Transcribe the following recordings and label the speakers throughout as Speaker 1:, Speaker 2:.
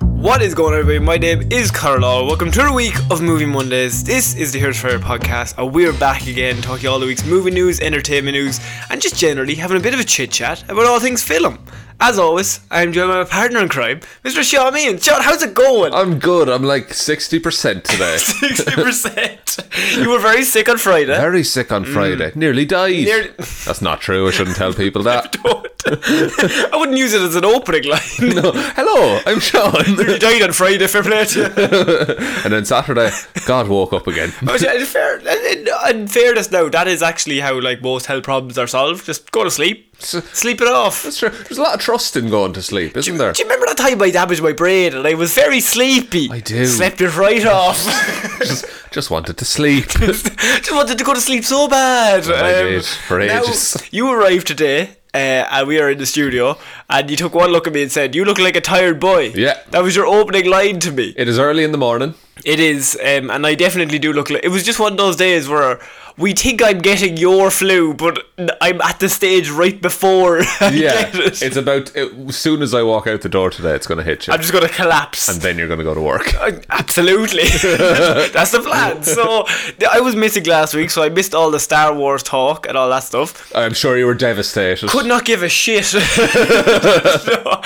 Speaker 1: What is going on, everybody? My name is Carl. Law. Welcome to the week of Movie Mondays. This is the Here's Fire podcast, and we're back again talking all the week's movie news, entertainment news, and just generally having a bit of a chit chat about all things film. As always, I'm joined by my partner in crime, Mr. Sean Meehan. Sean, how's it going?
Speaker 2: I'm good. I'm like 60% today.
Speaker 1: 60%. you were very sick on Friday.
Speaker 2: Very sick on Friday. Nearly died.
Speaker 1: Mm. Nearly-
Speaker 2: That's not true. I shouldn't tell people that.
Speaker 1: Don't. I wouldn't use it as an opening line.
Speaker 2: No. Hello, I'm Sean.
Speaker 1: you died on Friday, fair play to you.
Speaker 2: and then Saturday, God woke up again.
Speaker 1: But yeah, Oh, in, fair, in, in fairness, now that is actually how like most health problems are solved. Just go to sleep,
Speaker 2: S-
Speaker 1: sleep it off.
Speaker 2: That's true. There's a lot of trust in going to sleep, isn't there?
Speaker 1: Do you remember that time I damaged my brain and I was very sleepy?
Speaker 2: I do.
Speaker 1: Slept it right off.
Speaker 2: Just, just wanted to sleep.
Speaker 1: Just wanted to go to sleep so bad. Um,
Speaker 2: I did, for
Speaker 1: now,
Speaker 2: ages.
Speaker 1: you arrived today. Uh, and we are in the studio, and you took one look at me and said, "You look like a tired boy."
Speaker 2: Yeah.
Speaker 1: that was your opening line to me.
Speaker 2: It is early in the morning.
Speaker 1: It is, um, and I definitely do look like it was just one of those days where we think I'm getting your flu, but n- I'm at the stage right before I
Speaker 2: Yeah.
Speaker 1: get it.
Speaker 2: It's about, it, as soon as I walk out the door today, it's going to hit you.
Speaker 1: I'm just gonna collapse.
Speaker 2: and then you're going to go to work.
Speaker 1: Uh, Absolutely, that's the plan. So th- I was missing last week, so I missed all the Star Wars talk and all that stuff.
Speaker 2: I'm sure you were devastated.
Speaker 1: Could not give a shit. No.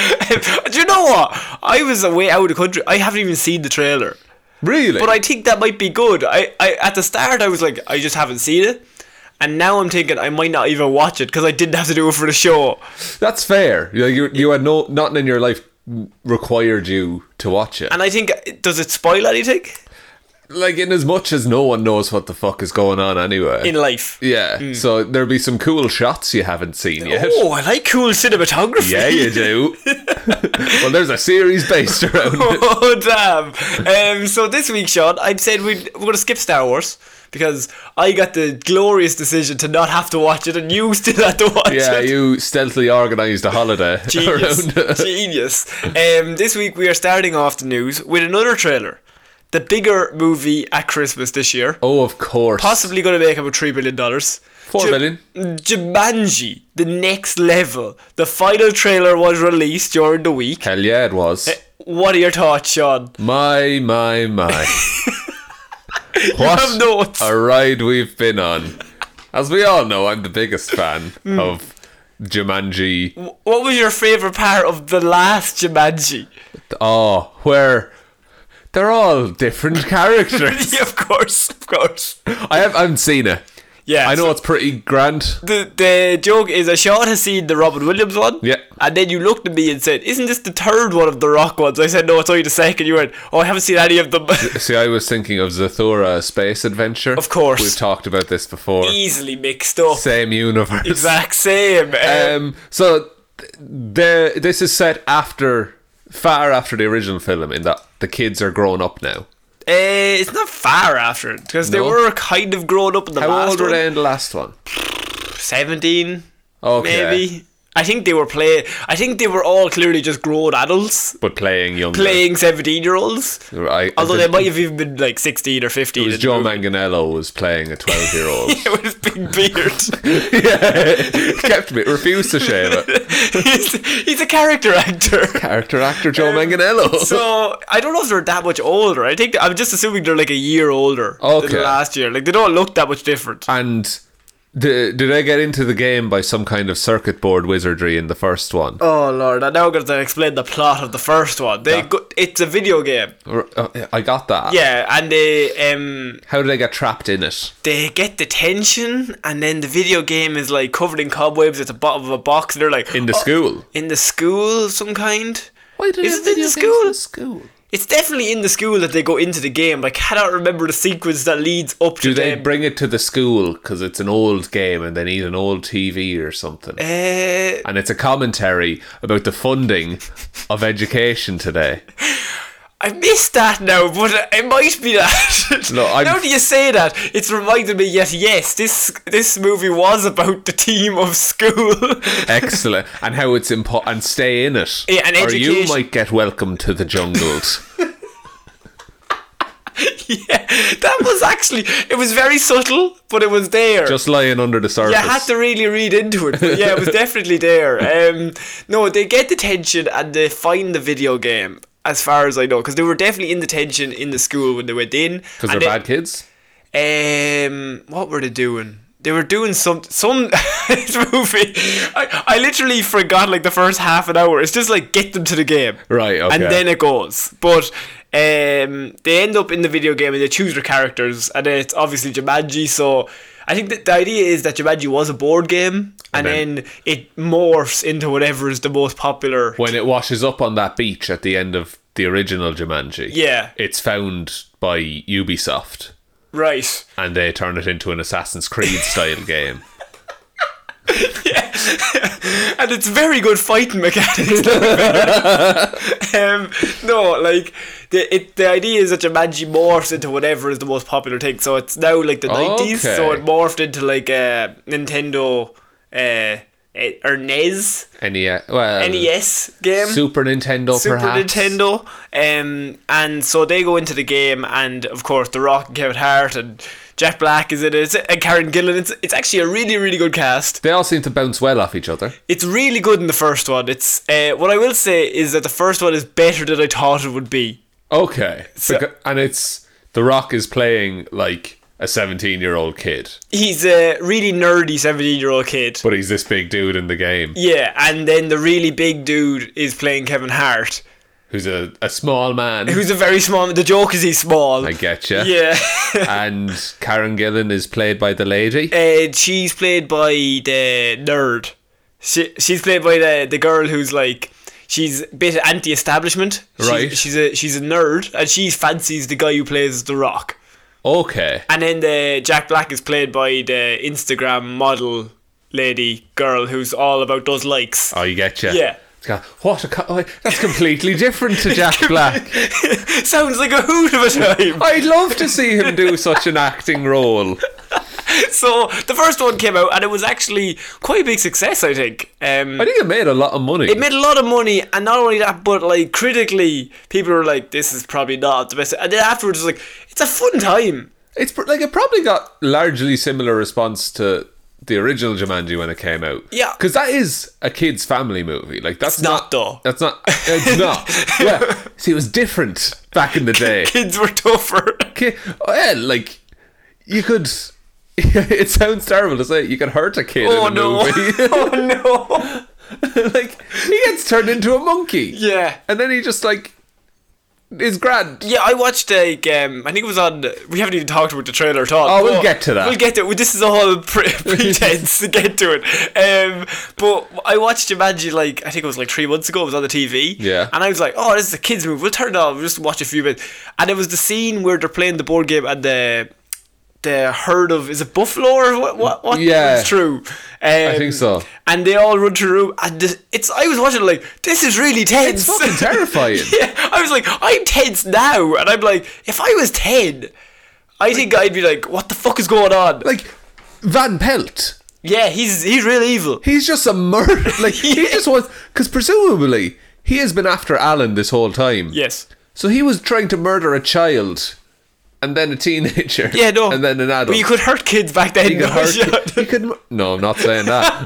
Speaker 1: Do you know what? I was away out of the country. I haven't even seen the trailer.
Speaker 2: really?
Speaker 1: But I think that might be good. I, I at the start I was like, I just haven't seen it, and now I'm thinking I might not even watch it because I didn't have to do it for the show.
Speaker 2: That's fair. You, you, you had no, nothing in your life required you to watch it.
Speaker 1: And I think does it spoil anything
Speaker 2: like in as much as no one knows what the fuck is going on anyway.
Speaker 1: in life?
Speaker 2: yeah, so there'll be some cool shots you haven't seen yet.
Speaker 1: Oh, I like cool cinematography.
Speaker 2: Yeah, you do. well, there's a series based around it.
Speaker 1: oh damn! Um, so this week, Sean, I said we'd, we're gonna skip Star Wars because I got the glorious decision to not have to watch it, and you still had to watch
Speaker 2: Yeah,
Speaker 1: it.
Speaker 2: you stealthily organised a holiday
Speaker 1: Genius.
Speaker 2: around it.
Speaker 1: Genius. Um, this week we are starting off the news with another trailer. The bigger movie at Christmas this year.
Speaker 2: Oh, of course.
Speaker 1: Possibly going to make about $3 billion. $4
Speaker 2: Four billion.
Speaker 1: Jumanji, the next level. The final trailer was released during the week.
Speaker 2: Hell yeah, it was.
Speaker 1: Eh. What are your thoughts, Sean?
Speaker 2: My, my, my.
Speaker 1: have
Speaker 2: what
Speaker 1: notes.
Speaker 2: a ride we've been on. As we all know, I'm the biggest fan
Speaker 1: Mm.
Speaker 2: of Jumanji
Speaker 1: What was your favourite part of the last Jumanji?
Speaker 2: Oh, where they're all different characters.
Speaker 1: yeah, of course, of course.
Speaker 2: I, have, I haven't seen it.
Speaker 1: Yeah,
Speaker 2: I know
Speaker 1: so-
Speaker 2: it's pretty grand.
Speaker 1: the the joke is that Sean has seen the Robin Williams one.
Speaker 2: Yeah.
Speaker 1: And then you looked at me and said, Isn't this the third one of the rock ones? I said, No, it's only the second. You went, Oh, I haven't seen any of them.
Speaker 2: See, I was thinking of Zathura a Space Adventure.
Speaker 1: Of course.
Speaker 2: We've talked about this before.
Speaker 1: Easily mixed up.
Speaker 2: Same universe.
Speaker 1: Exact same. Um,
Speaker 2: Um, so, th- the, this is set after, far after the original film, in that the kids are grown up now.
Speaker 1: eh, it's not far after it, because they
Speaker 2: No.
Speaker 1: were kind of grown up in the
Speaker 2: How
Speaker 1: last
Speaker 2: old were
Speaker 1: one.
Speaker 2: they in the last one?
Speaker 1: 17,
Speaker 2: Okay.
Speaker 1: maybe. I think they were play. I think they were all clearly just grown adults
Speaker 2: But playing younger.
Speaker 1: playing 17 year olds.
Speaker 2: I,
Speaker 1: Although they might have even been like 16 or 15.
Speaker 2: It was
Speaker 1: in
Speaker 2: Joe
Speaker 1: the movie.
Speaker 2: Manganello was playing a 12 year old.
Speaker 1: With his big beard.
Speaker 2: Kept me, refused to shave it.
Speaker 1: he's, he's a character actor.
Speaker 2: character actor Joe Manganello.
Speaker 1: So I don't know if they're that much older. I think I'm just assuming they're like a year older
Speaker 2: Okay.
Speaker 1: than last year. Like they don't look that much different.
Speaker 2: and d- did I get into the game by some kind of circuit board wizardry in the first one?
Speaker 1: Oh lord! And now I'm gonna explain the plot of the first one. They go, it's a video game.
Speaker 2: Or- uh, I got that.
Speaker 1: Yeah, and they um
Speaker 2: How did I get trapped in it?
Speaker 1: they get the tension, and then the video game is like covered in cobwebs at the bottom of a box. And they're like
Speaker 2: In the
Speaker 1: "Oh,
Speaker 2: school.
Speaker 1: in the school of some kind.
Speaker 2: Why did
Speaker 1: Is it in the school?
Speaker 2: school?
Speaker 1: It's definitely in the school that they go into the game. But I cannot remember the sequence that leads up to
Speaker 2: Do they
Speaker 1: them
Speaker 2: bring it to the school because it's an old game and they need an old TV or something?
Speaker 1: Uh,
Speaker 2: and it's a commentary about the funding of education today.
Speaker 1: I missed that now, but it might be that.
Speaker 2: No, I'm-
Speaker 1: Now that you say that, it's reminded me. Yet, yes, this this movie was about the team of school.
Speaker 2: Excellent, and how it's important and stay in it,
Speaker 1: Yeah, and
Speaker 2: or you
Speaker 1: education-
Speaker 2: might get welcome to the jungles.
Speaker 1: yeah, that was actually it was very subtle, but it was there.
Speaker 2: just lying under the surface.
Speaker 1: you had to really read into it. But yeah, it was definitely there. Um, no, they get the tension and they find the video game. as far as I know, because they were definitely in detention in the school when they went in.
Speaker 2: Because they're
Speaker 1: and
Speaker 2: bad kids.
Speaker 1: they- Um, what were they doing? They were doing some some this movie. I, I literally forgot like the first half an hour. It's just like get them to the game,
Speaker 2: Right, okay.
Speaker 1: And then it goes, but. Um, they end up in the video game and they choose their characters, and then it's obviously Jumanji. So I think that the idea is that Jumanji was a board game, and,
Speaker 2: then-
Speaker 1: then it morphs into whatever is the most popular
Speaker 2: When it washes up on that beach at the end of the original Jumanji,
Speaker 1: Yeah.
Speaker 2: it's found by Ubisoft
Speaker 1: Right.
Speaker 2: and they turn it into an Assassin's Creed style game.
Speaker 1: And it's very good fighting mechanics. um, no, like the it, the idea is that Jumanji morphs into whatever is the most popular thing. So it's now like the nineties. So
Speaker 2: Okay.
Speaker 1: it morphed into like a Nintendo uh, eh, or NES
Speaker 2: NES, E well,
Speaker 1: NES E game.
Speaker 2: Super Nintendo,
Speaker 1: Super
Speaker 2: perhaps.
Speaker 1: Nintendo. Um, and so they go into the game, and of course, The Rock and Kevin Hart and Jack Black is in it, and Karen Gillan. It's, it's actually a really, really good cast.
Speaker 2: They all seem to bounce well off each other.
Speaker 1: It's really good in the first one. It's uh, what I will say is that the first one is better than I thought it would be.
Speaker 2: Okay, Beca- and it's The Rock is playing like a seventeen-year-old kid,
Speaker 1: He's a really nerdy seventeen-year-old kid.
Speaker 2: but he's this big dude in the game
Speaker 1: Yeah, and then the really big dude is playing Kevin Hart,
Speaker 2: who's a, a small man.
Speaker 1: who's a very small. The joke is he's small.
Speaker 2: I getcha.
Speaker 1: yeah,
Speaker 2: and Karen Gillan is played by the lady.
Speaker 1: uh, she's played by the nerd. She she's played by the the girl who's like. She's a bit anti-establishment. She's-
Speaker 2: Right.
Speaker 1: She's a she's a nerd, and she fancies the guy who plays The Rock.
Speaker 2: Okay,
Speaker 1: And then the Jack Black is played by the Instagram model lady girl who's all about those likes.
Speaker 2: I getcha.
Speaker 1: Yeah.
Speaker 2: God, What a co- oh, that's completely different to Jack Black.
Speaker 1: Sounds like a hoot of a time.
Speaker 2: I'd love to see him do such an acting role.
Speaker 1: so the first one came out and it was actually quite a big success, I think. Um,
Speaker 2: I think it made a lot of money.
Speaker 1: it made a lot of money, and not only that, but like critically, people were like, "This is probably not the best." And then afterwards, it was like, "It's a fun time."
Speaker 2: It's pr- like it probably got largely similar response to the original Jumanji when it came out.
Speaker 1: Yeah.
Speaker 2: because that is a kids' family movie. Like that's
Speaker 1: not, though.
Speaker 2: That's not. It's not. yeah. See, it was different back in the day.
Speaker 1: Kids were tougher.
Speaker 2: Ki- well, like you could. it sounds terrible to say. You could hurt a kid
Speaker 1: oh
Speaker 2: in a
Speaker 1: no!
Speaker 2: movie.
Speaker 1: oh no!
Speaker 2: like he gets turned into a monkey.
Speaker 1: Yeah.
Speaker 2: and then he just like is grand.
Speaker 1: Yeah, I watched like um, I think it was on. We haven't even talked about the trailer at all.
Speaker 2: Oh, we'll
Speaker 1: but
Speaker 2: get to that.
Speaker 1: We'll get to it. This is all pre- pretense to get to it. Um, but I watched Jumanji like I think it was like three months ago. It was on the TV.
Speaker 2: Yeah.
Speaker 1: And I was like, oh, this is a kids' movie. We'll turn it on. We'll just watch a few minutes. And it was the scene where they're playing the board game and the the herd of is it buffalo or what? What? what
Speaker 2: Yeah.
Speaker 1: it's true. Um, I
Speaker 2: think so.
Speaker 1: And they all run to the room and the, it's. I was watching it like this is really tense.
Speaker 2: fucking terrifying.
Speaker 1: Yeah, I was like, I'm tense now, and I'm like, if I was ten, I think I'd be like, what the fuck is going on?
Speaker 2: Like Van Pelt.
Speaker 1: Yeah, he's he's real evil.
Speaker 2: He's just a murder. Like he
Speaker 1: Yeah.
Speaker 2: just wants, because presumably he has been after Alan this whole time.
Speaker 1: Yes.
Speaker 2: So he was trying to murder a child, and then a teenager.
Speaker 1: Yeah, no.
Speaker 2: And then an adult.
Speaker 1: But you could hurt kids back then.
Speaker 2: He could
Speaker 1: no,
Speaker 2: hurt
Speaker 1: yeah.
Speaker 2: ki- he could mur- no, I'm not saying that.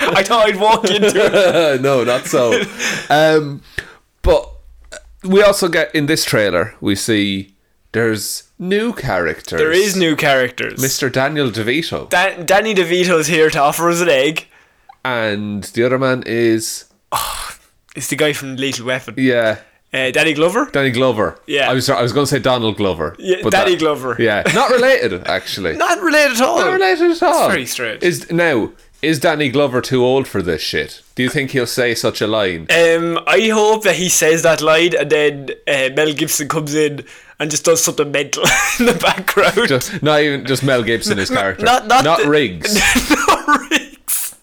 Speaker 1: I thought I'd walk into it.
Speaker 2: no, not so. Um, but we also get in this trailer we see there's new characters.
Speaker 1: There is new characters.
Speaker 2: Mr. Daniel DeVito,
Speaker 1: Dan- Danny DeVito's here to offer us an egg.
Speaker 2: and the other man is
Speaker 1: It's the guy from Lethal Weapon.
Speaker 2: yeah.
Speaker 1: Uh, Danny Glover.
Speaker 2: Danny Glover.
Speaker 1: Yeah.
Speaker 2: I was I was going to say Donald Glover.
Speaker 1: Yeah, Danny Glover.
Speaker 2: Yeah, not related actually. not
Speaker 1: Not related at all.
Speaker 2: related at all.
Speaker 1: very strange.
Speaker 2: Is now is Danny Glover too old for this shit? Do you think he'll say such a line?
Speaker 1: Um, I hope that he says that line and then uh, Mel Gibson comes in and just does something mental in the background.
Speaker 2: Just not even just Mel Gibson his character.
Speaker 1: not- not the-
Speaker 2: Riggs.
Speaker 1: not Riggs.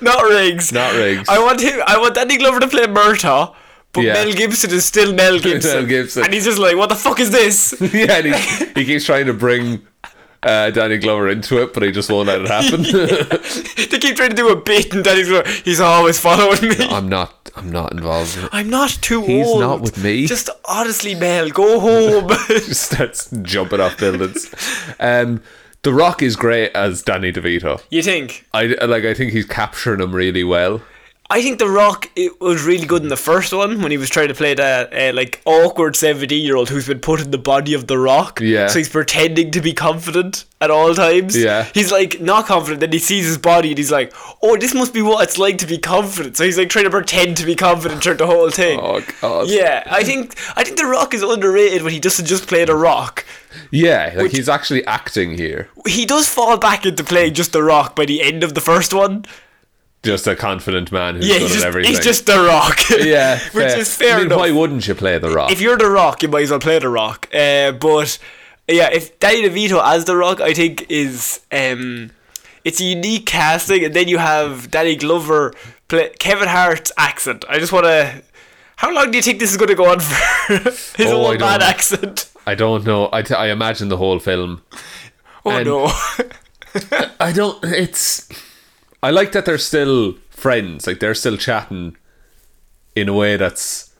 Speaker 1: not Riggs.
Speaker 2: Not Riggs.
Speaker 1: I want him. I want Danny Glover to play Murtaugh, but
Speaker 2: Yeah.
Speaker 1: Mel Gibson is still Mel Gibson.
Speaker 2: Gibson.
Speaker 1: And he's just like, what the fuck is this?
Speaker 2: yeah, and he, he keeps trying to bring uh, Danny Glover into it, but he just won't let it happen.
Speaker 1: they keep trying to do a bit, and Danny Glover, he's always following me.
Speaker 2: I'm not. I'm not involved. in it.
Speaker 1: I'm not too
Speaker 2: He's
Speaker 1: old.
Speaker 2: not with me.
Speaker 1: Just honestly, Mel, go home.
Speaker 2: Just starts jumping off buildings. Um, the Rock is great as Danny DeVito.
Speaker 1: you think?
Speaker 2: I like. I think he's capturing him really well.
Speaker 1: I think The Rock it was really good in the first one when he was trying to play that uh, like awkward seventy year old who's been put in the body of The Rock.
Speaker 2: Yeah.
Speaker 1: So he's pretending to be confident at all times.
Speaker 2: Yeah.
Speaker 1: He's like not confident. Then he sees his body and he's like, "Oh, this must be what it's like to be confident." So he's like trying to pretend to be confident throughout the whole thing.
Speaker 2: Oh God.
Speaker 1: Yeah, I think I think The Rock is underrated when he doesn't just play The Rock.
Speaker 2: Yeah, like he's actually acting here.
Speaker 1: He does fall back into playing just The Rock by the end of the first one.
Speaker 2: Just a confident man who's
Speaker 1: Yeah,
Speaker 2: good
Speaker 1: he's
Speaker 2: at
Speaker 1: just,
Speaker 2: everything.
Speaker 1: he's just The Rock.
Speaker 2: yeah,
Speaker 1: which is fair
Speaker 2: I mean,
Speaker 1: enough.
Speaker 2: why wouldn't you play the rock?
Speaker 1: if you're The Rock, you might as well play The Rock. Uh, but yeah, if Danny DeVito as The Rock, I think is um, it's a unique casting, and then you have Danny Glover play Kevin Hart's accent. I just want to. How long do you think this is going to go on for? His
Speaker 2: Oh,
Speaker 1: old
Speaker 2: I
Speaker 1: man
Speaker 2: don't-
Speaker 1: accent.
Speaker 2: I don't know. I, t- I imagine the whole film.
Speaker 1: Oh
Speaker 2: And-
Speaker 1: no.
Speaker 2: I don't. It's. I like that they're still friends. Like they're still chatting, in a way that's,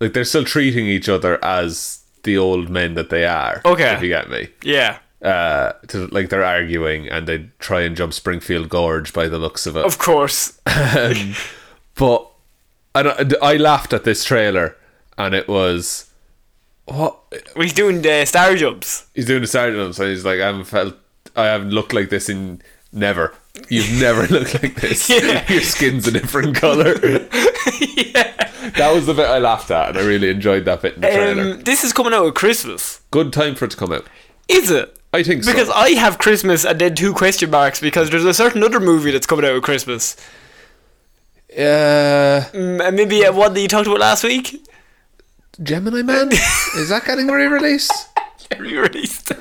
Speaker 2: like they're still treating each other as the old men that they are.
Speaker 1: Okay.
Speaker 2: if you get me.
Speaker 1: yeah.
Speaker 2: Uh, to, like they're arguing and they try and jump Springfield Gorge by the looks of it.
Speaker 1: Of course.
Speaker 2: but I don't, I laughed at this trailer and it was what
Speaker 1: Well, he's doing the star jumps.
Speaker 2: he's doing a sergeant so he's like I haven't felt I haven't looked like this in never you've never looked like this
Speaker 1: Yeah.
Speaker 2: your skin's a different color that was the bit I laughed at and I really enjoyed that bit in the trailer
Speaker 1: Um, this is coming out at Christmas.
Speaker 2: good time for it to come out
Speaker 1: Is it?
Speaker 2: I think so
Speaker 1: Because I have Christmas and then two question marks because there's a certain other movie that's coming out at Christmas.
Speaker 2: uh,
Speaker 1: Mm, and maybe uh, one that you talked about last week.
Speaker 2: Gemini Man is that getting re-released
Speaker 1: Re-released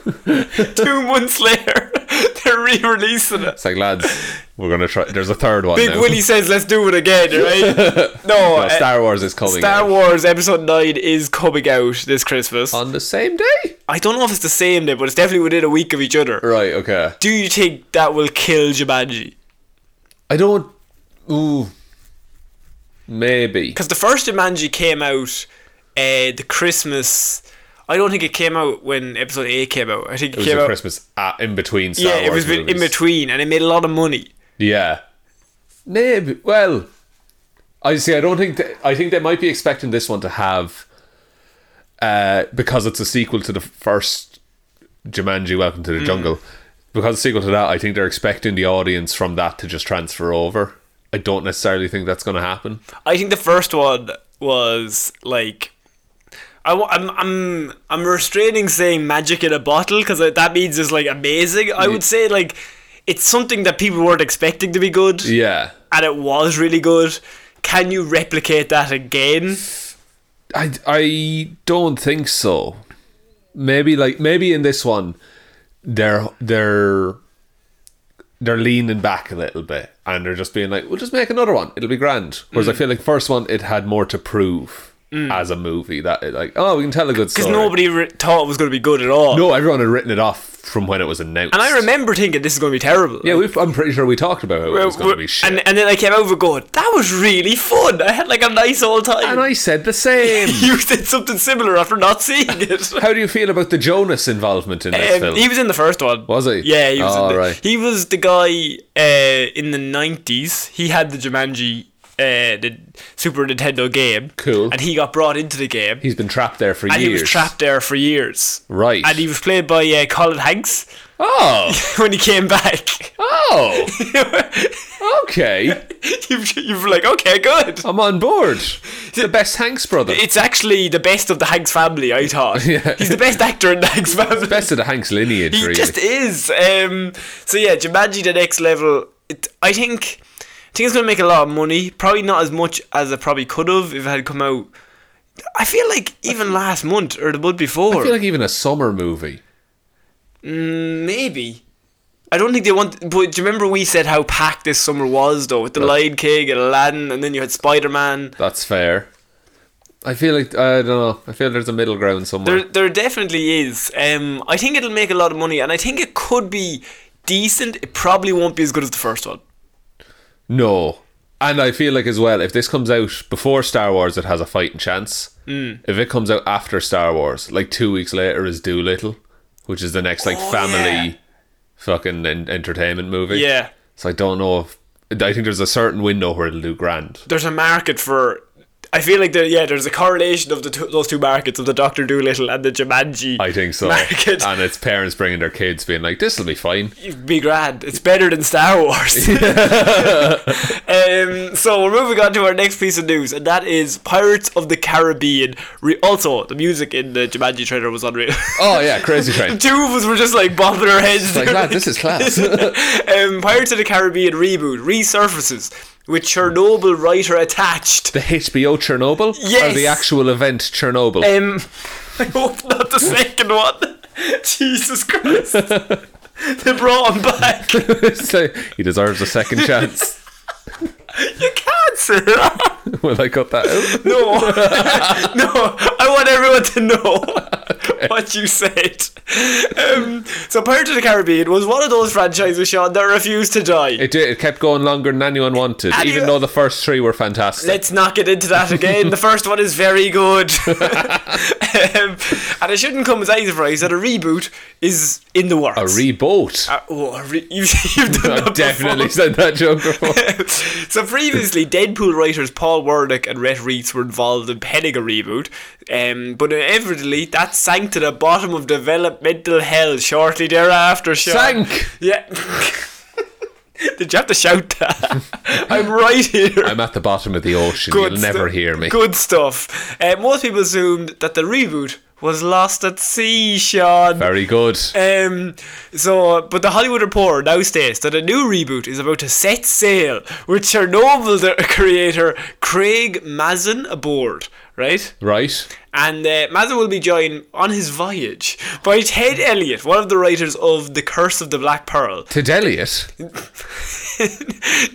Speaker 1: two months later. They're re-releasing it.
Speaker 2: it's like lads we're gonna try there's a third one
Speaker 1: Big
Speaker 2: now
Speaker 1: Willie says, "Let's do it again." Right? No,
Speaker 2: No,
Speaker 1: uh, Star,
Speaker 2: Star Wars is coming out.
Speaker 1: Wars Episode Nine is coming out this Christmas.
Speaker 2: on the same day
Speaker 1: I don't know if it's the same day, but it's definitely within a week of each other.
Speaker 2: Right, okay.
Speaker 1: Do you think that will kill Jumanji?
Speaker 2: I don't. Ooh. Maybe.
Speaker 1: Because the first Jumanji came out uh, the Christmas. I don't think it came out when episode 8 came out. I think it,
Speaker 2: It was
Speaker 1: came
Speaker 2: a
Speaker 1: out.
Speaker 2: Christmas uh, in between Star
Speaker 1: yeah, it was
Speaker 2: Wars
Speaker 1: in in
Speaker 2: movies.
Speaker 1: between and it made a lot of money.
Speaker 2: Yeah. Maybe. Well, I see. I don't think. Th- I think they might be expecting this one to have. Uh, because it's a sequel to the first Jumanji Welcome
Speaker 1: Mm.
Speaker 2: to the Jungle. Because it's a sequel to that, I think they're expecting the audience from that to just transfer over. I don't necessarily think that's going to happen.
Speaker 1: I think the first one was like. I, wa- I'm, I'm, I'm restraining saying magic in a bottle because that means it's like amazing. I would say like it's something that people weren't expecting to be good
Speaker 2: Yeah.
Speaker 1: and it was really good. Can you replicate that again?
Speaker 2: I, I don't think so. Maybe like maybe in this one, they're they're they're leaning back a little bit and they're just being like, "We'll just make another one. It'll be grand."
Speaker 1: Mm.
Speaker 2: Whereas I feel like first one, it had more to prove as a movie that it like, oh, we can tell a good
Speaker 1: Because
Speaker 2: story.
Speaker 1: Mm. nobody re- thought it was going to be good at all.
Speaker 2: no, everyone had written it off from when it was announced.
Speaker 1: And I remember thinking this is going to be terrible.
Speaker 2: Yeah, we've, I'm pretty sure we talked about how it was going to be shit.
Speaker 1: And, and then I came over going, that was really fun. I had like a nice old time.
Speaker 2: and I said the same.
Speaker 1: you did something similar after not seeing it.
Speaker 2: how do you feel about the Jonas involvement in this
Speaker 1: Um,
Speaker 2: film?
Speaker 1: he was in the first one.
Speaker 2: Was he?
Speaker 1: Yeah, he was.
Speaker 2: Oh,
Speaker 1: in the,
Speaker 2: right.
Speaker 1: He was the guy uh, in the nineties. He had the Jumanji, uh, the Super Nintendo game.
Speaker 2: Cool.
Speaker 1: And he got brought into the game,
Speaker 2: He's been trapped there for
Speaker 1: and
Speaker 2: years.
Speaker 1: he was trapped there for years.
Speaker 2: Right.
Speaker 1: And he was played by uh, Colin Hanks
Speaker 2: Oh,
Speaker 1: when he came back.
Speaker 2: oh,
Speaker 1: you,
Speaker 2: okay.
Speaker 1: you were like, okay, good.
Speaker 2: I'm on board. The best Hanks brother.
Speaker 1: It's actually the best of the Hanks family, I thought.
Speaker 2: Yeah.
Speaker 1: He's the best actor in the Hanks family.
Speaker 2: Best of the Hanks lineage,
Speaker 1: he
Speaker 2: really.
Speaker 1: just is. Um, so yeah, Jumanji the next level. It, I think, I think it's gonna make a lot of money. Probably not as much as it probably could have if it had come out. I feel like even last month or the month
Speaker 2: I
Speaker 1: before,
Speaker 2: feel like even a summer movie.
Speaker 1: Mm, maybe. I don't think they want. But do you remember we said how packed this summer was though, with the Lion King and Aladdin, and then you had Spider Man.
Speaker 2: That's fair. I feel like I don't know. I feel there's a middle ground somewhere.
Speaker 1: There, there definitely is. Um, I think it'll make a lot of money, and I think it could be decent. It probably won't be as good as the first one.
Speaker 2: no, and I feel like as well if this comes out before Star Wars, it has a fighting chance.
Speaker 1: Hmm.
Speaker 2: Mm. If it comes out after Star Wars, like two weeks later is Doolittle, which is the next like
Speaker 1: Oh,
Speaker 2: family
Speaker 1: yeah.
Speaker 2: fucking en- entertainment movie.
Speaker 1: Yeah.
Speaker 2: So I don't know if I think there's a certain window where it'll do grand.
Speaker 1: There's a market for. I feel like there, yeah, there's a correlation of the two, those two markets of the Doctor Doolittle and the Jumanji.
Speaker 2: I think so.
Speaker 1: Market.
Speaker 2: And it's parents bringing their kids, being like, "This will be fine."
Speaker 1: be grand. It's better than Star Wars. um, so we're moving on to our next piece of news, and that is Pirates of the Caribbean. Re- also, the music in the Jumanji trailer was unreal.
Speaker 2: Oh yeah, crazy
Speaker 1: the
Speaker 2: train.
Speaker 1: two of us were just like bobbing our heads.
Speaker 2: Like lad, this is class.
Speaker 1: um, Pirates of the Caribbean reboot resurfaces with Chernobyl writer attached.
Speaker 2: The HBO Chernobyl
Speaker 1: Yes.
Speaker 2: or the actual event Chernobyl?
Speaker 1: Um, I hope not the second one. Jesus Christ. they brought him back.
Speaker 2: It's like, he deserves a second chance.
Speaker 1: You can't say that.
Speaker 2: Will I cut that out?
Speaker 1: No, no, I want everyone to know what you said. Um, so, Pirates of the Caribbean was one of those franchises, Sean, that refused to die.
Speaker 2: It did. It kept going longer than anyone wanted,
Speaker 1: And
Speaker 2: even
Speaker 1: you-
Speaker 2: though the first three were fantastic.
Speaker 1: Let's not get into that again. the first one is very good. um, and it shouldn't come as any surprise that a reboot is in the works.
Speaker 2: a reboot.
Speaker 1: Uh, oh, a re- you, you've done that
Speaker 2: I've
Speaker 1: before.
Speaker 2: definitely said that joke before.
Speaker 1: so previously, Deadpool writers Paul Warnick and Rhett Reitz were involved in penning a reboot, um, but inevitably that sank to the bottom of developmental hell shortly thereafter. Sean.
Speaker 2: Sank?
Speaker 1: Yeah. Did you have to shout that? I'm right here.
Speaker 2: I'm at the bottom of the ocean. You'll never
Speaker 1: stu-
Speaker 2: hear me.
Speaker 1: Good stuff. Uh, most people assumed that the reboot was lost at sea, Sean.
Speaker 2: Very good.
Speaker 1: Um, so, but the Hollywood Reporter now states that a new reboot is about to set sail with Chernobyl the creator Craig Mazin aboard, right?
Speaker 2: Right?
Speaker 1: And uh, Mazin will be joined on his voyage by Ted Elliott, one of the writers of The Curse of the Black Pearl,
Speaker 2: To Deliot.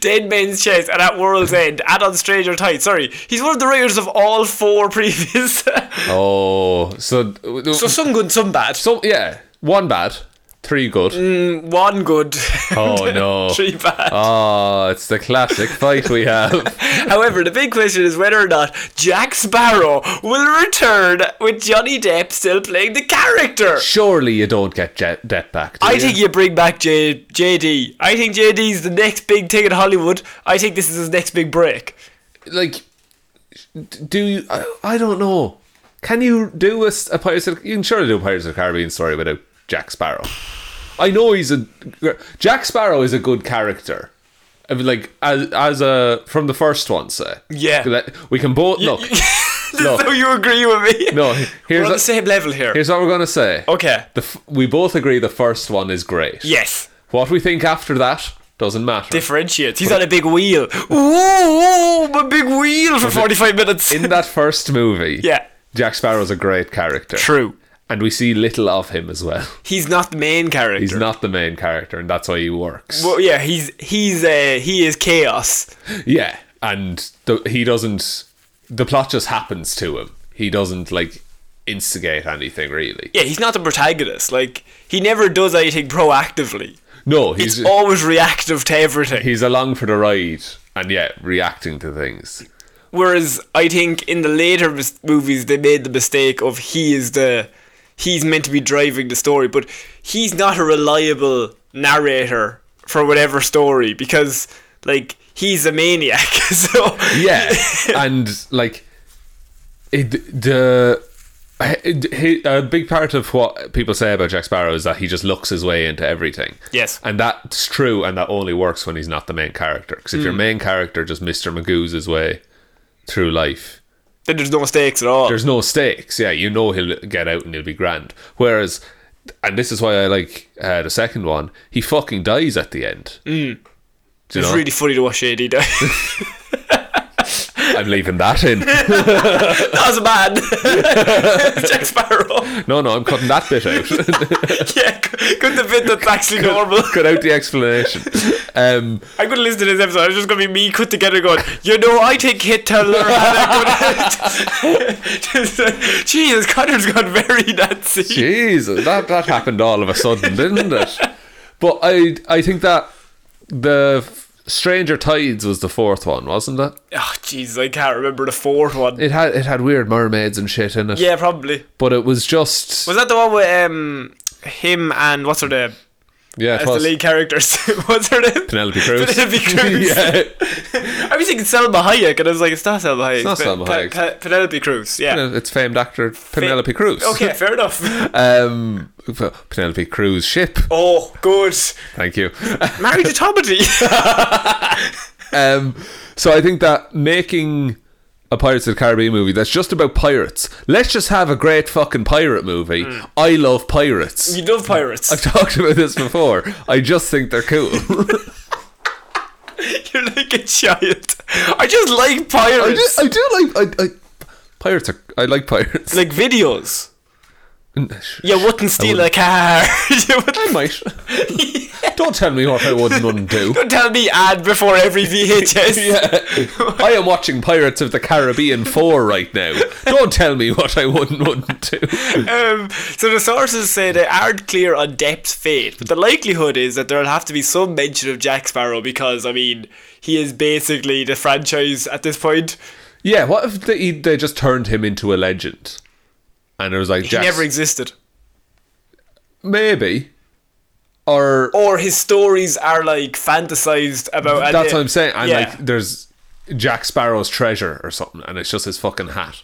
Speaker 1: Dead Men's Chest, and At World's End, and on Stranger Tides. Sorry, he's one of the writers of all four previous.
Speaker 2: Oh, so,
Speaker 1: so, some good, some bad.
Speaker 2: so yeah, one bad, three good.
Speaker 1: One good.
Speaker 2: Oh, no.
Speaker 1: Three bad.
Speaker 2: Oh, it's the classic fight we have.
Speaker 1: However, the big question is whether or not Jack Sparrow will return with Johnny Depp still playing the character.
Speaker 2: Surely you don't get Jet Depp back. do
Speaker 1: I
Speaker 2: you?
Speaker 1: think you bring back J- JD. I think JD is the next big thing in Hollywood. I think this is his next big break.
Speaker 2: like, do you? I, I don't know. Can you do a, s- a Pirates? Of, you can surely do a Pirates of the Caribbean story without Jack Sparrow. I know he's a Jack Sparrow is a good character. I mean, like as as a from the first one, say.
Speaker 1: Yeah.
Speaker 2: Let- we can both look. No.
Speaker 1: so you agree with me?
Speaker 2: Oh. No,
Speaker 1: We're
Speaker 2: here's
Speaker 1: on
Speaker 2: a-
Speaker 1: the same level here.
Speaker 2: here's what we're gonna say.
Speaker 1: okay.
Speaker 2: The f- we both agree the first one is great.
Speaker 1: Yes.
Speaker 2: What we think after that doesn't matter.
Speaker 1: Differentiates. He's on a big wheel. Ooh, ooh my big wheel for 45 minutes.
Speaker 2: in that first movie,
Speaker 1: Yeah.
Speaker 2: Jack Sparrow's a great character.
Speaker 1: True.
Speaker 2: And we see little of him as well.
Speaker 1: He's not the main character.
Speaker 2: He's not the main character, and that's why he works.
Speaker 1: Well, yeah, he's he's uh, he is chaos.
Speaker 2: yeah, and the, he doesn't. The plot just happens to him. He doesn't like instigate anything really.
Speaker 1: yeah, he's not the protagonist. Like he never does anything proactively.
Speaker 2: No,
Speaker 1: He's
Speaker 2: he's
Speaker 1: always reactive to everything.
Speaker 2: he's along for the ride, and yeah, reacting to things.
Speaker 1: Whereas I think in the later mis- movies they made the mistake of he is the he's meant to be driving the story, but he's not a reliable narrator for whatever story because like he's a maniac. so
Speaker 2: Yeah, and like it, the it, he, a big part of what people say about Jack Sparrow is that he just looks his way into everything.
Speaker 1: Yes.
Speaker 2: and that's true, and that only works when he's not the main character. Because if your main character just Mister Magoo's his way through life,
Speaker 1: then there's no stakes at all.
Speaker 2: there's no stakes. Yeah, you know he'll get out and he'll be grand. Whereas, and this is why I like uh, the second one. He fucking dies at the end. Do you
Speaker 1: it's
Speaker 2: know?
Speaker 1: really funny to watch Shady die.
Speaker 2: I'm leaving that in.
Speaker 1: that was a man. Jack Sparrow.
Speaker 2: No, no, I'm cutting that bit out.
Speaker 1: yeah, c- couldn't have been that's actually normal.
Speaker 2: cut out the explanation. Um,
Speaker 1: I'm gonna listen to this episode. It's just gonna be me cut together going, you know, I take hit teller and I go Jesus, Connor's got very Nazi.
Speaker 2: Jesus, that that happened all of a sudden, didn't it? But I I think that the Stranger Tides was the fourth one, wasn't it?
Speaker 1: Oh, Jesus, I can't remember the fourth one.
Speaker 2: It had it had weird mermaids and shit in it.
Speaker 1: Yeah, probably.
Speaker 2: But it was just
Speaker 1: Was that the one with um him and what's her name?
Speaker 2: Yeah,
Speaker 1: as
Speaker 2: it was.
Speaker 1: the lead characters. What's her name?
Speaker 2: Penelope Cruz.
Speaker 1: Penelope Cruz.
Speaker 2: yeah.
Speaker 1: I was thinking Selma Hayek, and I was like, it's not Selma Hayek. It's
Speaker 2: not
Speaker 1: Pe-
Speaker 2: Salma
Speaker 1: Pe-
Speaker 2: Hayek.
Speaker 1: Pe- Penelope Cruz. Yeah.
Speaker 2: uh, It's famed actor Penelope Cruz.
Speaker 1: Okay, fair enough.
Speaker 2: Um, Penelope Cruz ship.
Speaker 1: Oh, good.
Speaker 2: Thank you.
Speaker 1: Married to Tomedy.
Speaker 2: Um, so I think that making a Pirates of the Caribbean movie that's just about pirates. Let's just have a great fucking pirate movie.
Speaker 1: Mm.
Speaker 2: I love pirates.
Speaker 1: you love pirates.
Speaker 2: I've talked about this before. I just think they're cool.
Speaker 1: You're like a child. I just like pirates.
Speaker 2: I do, I do like I, I, pirates. Are, I like pirates.
Speaker 1: like videos. You wouldn't steal a car. you
Speaker 2: I
Speaker 1: wouldn't.
Speaker 2: might. Don't tell me what I wouldn't undo.
Speaker 1: Don't tell me ad before every VHS.
Speaker 2: I am watching Pirates of the Caribbean 4 right now. Don't tell me what I wouldn't wouldn't do.
Speaker 1: Um, so the sources say they aren't clear on Depp's fate, but the likelihood is that there'll have to be some mention of Jack Sparrow because, I mean, he is basically the franchise at this point.
Speaker 2: Yeah, what if they, they just turned him into a legend? And it was like,
Speaker 1: He
Speaker 2: Jack,
Speaker 1: never existed.
Speaker 2: maybe. Or
Speaker 1: Or his stories are like fantasized about. and
Speaker 2: that's
Speaker 1: they-
Speaker 2: what I'm saying. And
Speaker 1: yeah.
Speaker 2: like, there's Jack Sparrow's treasure or something, and it's just his fucking hat.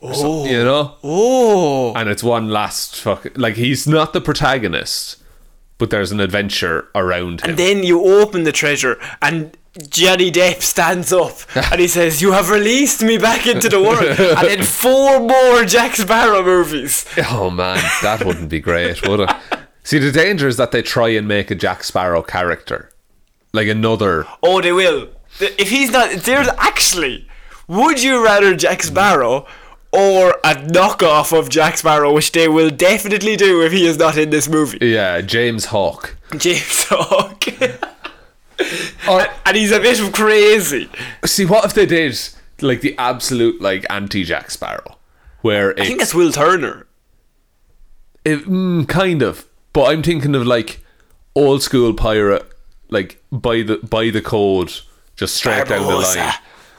Speaker 1: oh,
Speaker 2: You know?
Speaker 1: oh,
Speaker 2: And it's one last fucking. Like, he's not the protagonist, but there's an adventure around him.
Speaker 1: And then you open the treasure and Johnny Depp stands up and he says, You have released me back into the world. and then four more Jack Sparrow movies.
Speaker 2: Oh man, that wouldn't be great, would it? See, the danger is that they try and make a Jack Sparrow character, like another.
Speaker 1: Oh, they will. Th- If he's not. There's actually. Would you rather Jack Sparrow or a knockoff of Jack Sparrow, which they will definitely do if he is not in this movie?
Speaker 2: Yeah, James Hawk.
Speaker 1: James Hawk.
Speaker 2: Or
Speaker 1: and he's a bit crazy.
Speaker 2: see, what if they did like the absolute like anti Jack Sparrow, where
Speaker 1: I
Speaker 2: it,
Speaker 1: think that's Will Turner.
Speaker 2: it- mm, kind of, but I'm thinking of like old school pirate, like by the by the code, just straight down the
Speaker 1: Barbossa.
Speaker 2: line.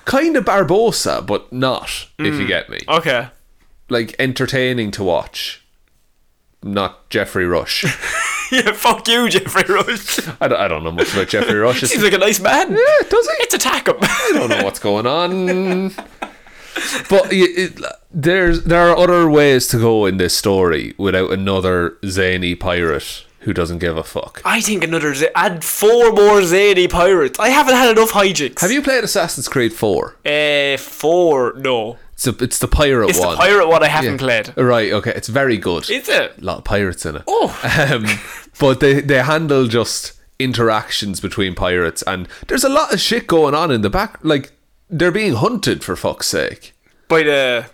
Speaker 2: Kind of Barbosa, but not if you get me.
Speaker 1: Okay.
Speaker 2: Like entertaining to watch, not Jeffrey Rush.
Speaker 1: yeah, fuck you, Jeffrey Rush.
Speaker 2: I don't, I don't know much about Jeffrey Rush. It's-
Speaker 1: Seems like a nice man.
Speaker 2: yeah, does he?
Speaker 1: Let's attack him.
Speaker 2: I don't know what's going on. But y it, there's there are other ways to go in this story without another zany pirate who doesn't give a fuck.
Speaker 1: I think another z- add four more zany pirates. I haven't had enough hijinks.
Speaker 2: Have you played Assassin's Creed Four?
Speaker 1: Uh, four? No,
Speaker 2: It's a, it's the pirate
Speaker 1: it's
Speaker 2: one.
Speaker 1: the pirate one I haven't played.
Speaker 2: Right. Okay. It's very good.
Speaker 1: Is it?
Speaker 2: a lot of pirates in it.
Speaker 1: Oh,
Speaker 2: um, but they they handle just interactions between pirates, and there's a lot of shit going on in the back. Like they're being hunted for fuck's sake.
Speaker 1: by the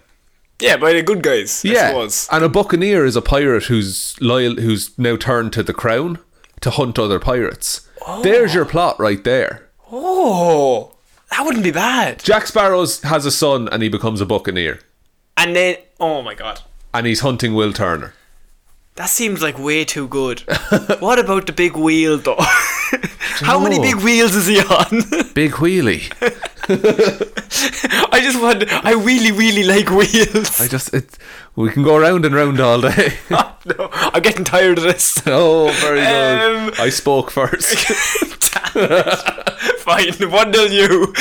Speaker 1: yeah, by the good guys. I
Speaker 2: Yeah,
Speaker 1: suppose.
Speaker 2: and a buccaneer is a pirate who's loyal, who's now turned to the crown to hunt other pirates. There's your plot right there.
Speaker 1: Oh, that wouldn't be bad.
Speaker 2: Jack Sparrow's has a son, and he becomes a buccaneer,
Speaker 1: And then, oh my god,
Speaker 2: and he's hunting Will Turner.
Speaker 1: that seems like way too good. what about the big wheel though? How many
Speaker 2: know.
Speaker 1: big wheels is he on?
Speaker 2: Big wheelie.
Speaker 1: I just want. I really, really like wheels.
Speaker 2: I just it. We can go round and round all day.
Speaker 1: no, I'm getting tired of this.
Speaker 2: oh, very good.
Speaker 1: Um,
Speaker 2: I spoke first.
Speaker 1: Fine, one nil you.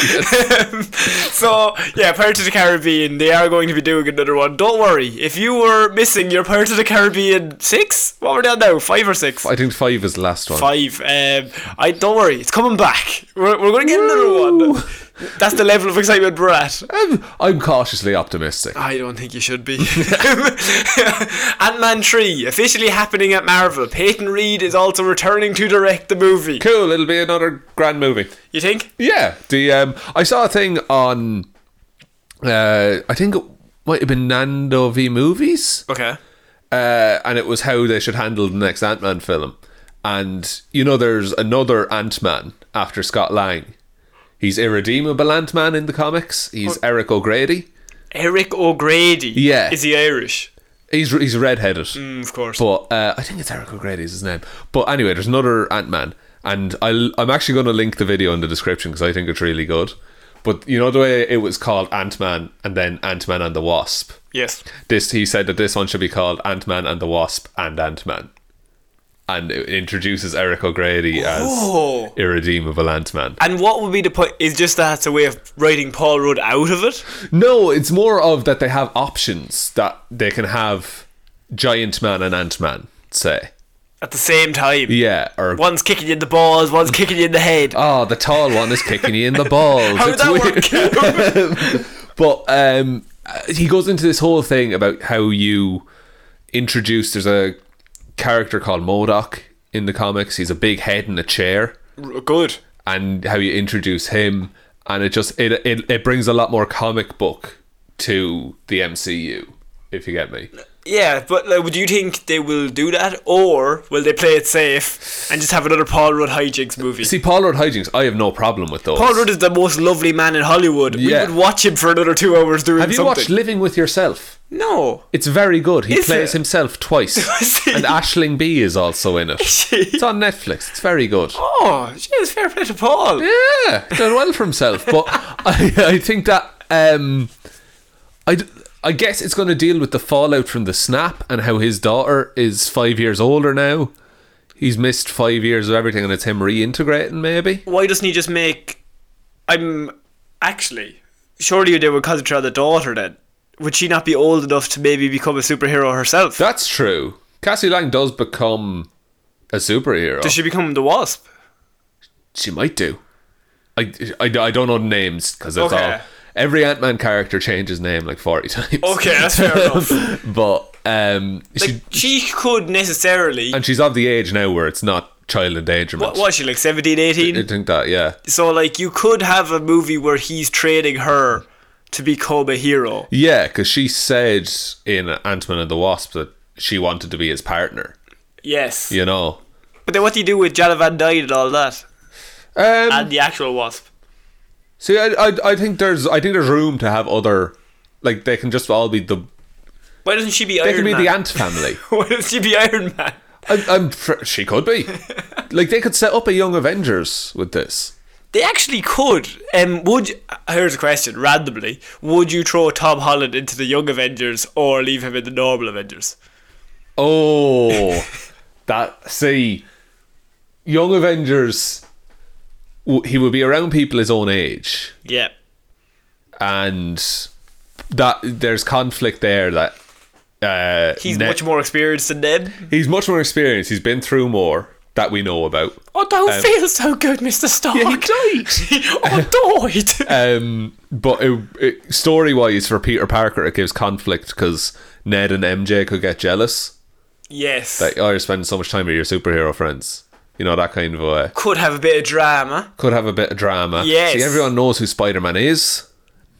Speaker 1: Um, so yeah, Pirates of the Caribbean. They are going to be doing another one. Don't worry. If you were missing your Pirates of the Caribbean six, what were they on now? Five or six?
Speaker 2: I think five is the last one.
Speaker 1: Five. Um, I don't worry. It's coming back. We're, we're going to get another one. That's the level of excitement we're at.
Speaker 2: I'm, Um, I'm cautiously optimistic.
Speaker 1: I don't think you should be. Ant Man 3, officially happening at Marvel. Peyton Reed is also returning to direct the movie.
Speaker 2: Cool. It'll be another grand movie.
Speaker 1: You think?
Speaker 2: Yeah, the um, I saw a thing on. Uh, I think it might have been Nando v Movies,
Speaker 1: Okay.
Speaker 2: uh, and it was how they should handle the next Ant Man film. And you know, there's another Ant Man after Scott Lang. He's irredeemable Ant Man in the comics. He's Eric O'Grady.
Speaker 1: Eric O'Grady.
Speaker 2: Yeah.
Speaker 1: Is he Irish?
Speaker 2: He's he's redheaded.
Speaker 1: Mm, of course.
Speaker 2: But uh, I think it's Eric O'Grady is his name. But anyway, there's another Ant Man, and I'll, I'm actually going to link the video in the description because I think it's really good. But you know the way it was called Ant Man and then Ant Man and the Wasp.
Speaker 1: yes.
Speaker 2: This he said that this one should be called Ant Man and the Wasp and Ant Man. and it introduces Eric O'Grady
Speaker 1: Whoa.
Speaker 2: as irredeemable Ant Man.
Speaker 1: And what would be the point? Is just that it's a way of writing Paul Rudd out of it?
Speaker 2: No, it's more of that they have options that they can have Giant Man and Ant Man, say.
Speaker 1: At the same time.
Speaker 2: Yeah, or
Speaker 1: One's kicking you in the balls, one's kicking you in the head.
Speaker 2: oh, the tall one is kicking you in the balls.
Speaker 1: How would
Speaker 2: It's
Speaker 1: that
Speaker 2: weird.
Speaker 1: work?
Speaker 2: But um, uh, he goes into this whole thing about how you introduce. There's a character called Modoc in the comics. He's a big head in a chair,
Speaker 1: R- Good.
Speaker 2: and how you introduce him, and it just it it, it brings a lot more comic book to the MCU. If you get me,
Speaker 1: Yeah, but like, would you think they will do that, or will they play it safe and just have another Paul Rudd hijinks movie?
Speaker 2: see Paul Rudd hijinks. I have no problem with those.
Speaker 1: Paul Rudd is the most lovely man in Hollywood.
Speaker 2: Yeah.
Speaker 1: We would watch him for another two hours doing
Speaker 2: have you
Speaker 1: something.
Speaker 2: watched Living with Yourself?
Speaker 1: no.
Speaker 2: It's very good. He
Speaker 1: Is
Speaker 2: plays
Speaker 1: it?
Speaker 2: himself twice,
Speaker 1: he?
Speaker 2: and Ashling B is also in it. It's on Netflix. It's very good.
Speaker 1: Oh, jeez, fair play to Paul.
Speaker 2: Yeah, done well for himself. But I, I think that um, I, d- I guess it's going to deal with the fallout from the snap and how his daughter is five years older now. He's missed five years of everything, and it's him reintegrating. Maybe
Speaker 1: Why doesn't he just make? I'm actually surely they would concentrate on the daughter then. Would she not be old enough to maybe become a superhero herself?
Speaker 2: that's true. Cassie Lang does become a superhero.
Speaker 1: Does
Speaker 2: she-,
Speaker 1: she become the Wasp?
Speaker 2: might do. I, I, I don't know the names because it's
Speaker 1: Okay.
Speaker 2: all every Ant Man character changes name like forty times.
Speaker 1: Okay, that's fair enough.
Speaker 2: but um, she
Speaker 1: Like, she could necessarily.
Speaker 2: And she's of the age now where it's not child endangerment.
Speaker 1: What was she like 17, 18?
Speaker 2: I think that, yeah.
Speaker 1: so like you could have a movie where he's training her to become a hero.
Speaker 2: Yeah, because she said in Ant Man and the Wasp that she wanted to be his partner,
Speaker 1: Yes.
Speaker 2: you know.
Speaker 1: But then what do you do with Jana Van Dyne and all that?
Speaker 2: Um,
Speaker 1: And the actual Wasp.
Speaker 2: see, I, I, I think there's, I think there's room to have other, like they can just all be the,
Speaker 1: Why doesn't she be
Speaker 2: they
Speaker 1: Iron
Speaker 2: can be
Speaker 1: Man?
Speaker 2: the Ant family.
Speaker 1: Why doesn't she be Iron Man?
Speaker 2: I'm, I'm, fr- she could be, like they could set up a Young Avengers with this.
Speaker 1: They actually could. Um, would you, here's a question randomly: Would you throw Tom Holland into the Young Avengers or leave him in the normal Avengers?
Speaker 2: Oh, that see, Young Avengers, w- he would be around people his own age.
Speaker 1: Yeah.
Speaker 2: and that there's conflict there that uh,
Speaker 1: He's
Speaker 2: ne-
Speaker 1: much more experienced than them.
Speaker 2: he's much more experienced. He's been through more that we know about.
Speaker 1: Oh, don't
Speaker 2: Um,
Speaker 1: feel so good, Mister Stark.
Speaker 2: died.
Speaker 1: oh, died.
Speaker 2: um, but it, it, story-wise, for Peter Parker, it gives conflict because Ned and MJ could get jealous.
Speaker 1: yes.
Speaker 2: Like, oh, you're spending so much time with your superhero friends. You know that kind of way.
Speaker 1: could have a bit of drama.
Speaker 2: Could have a bit of drama.
Speaker 1: Yes.
Speaker 2: See, everyone knows who Spider-Man is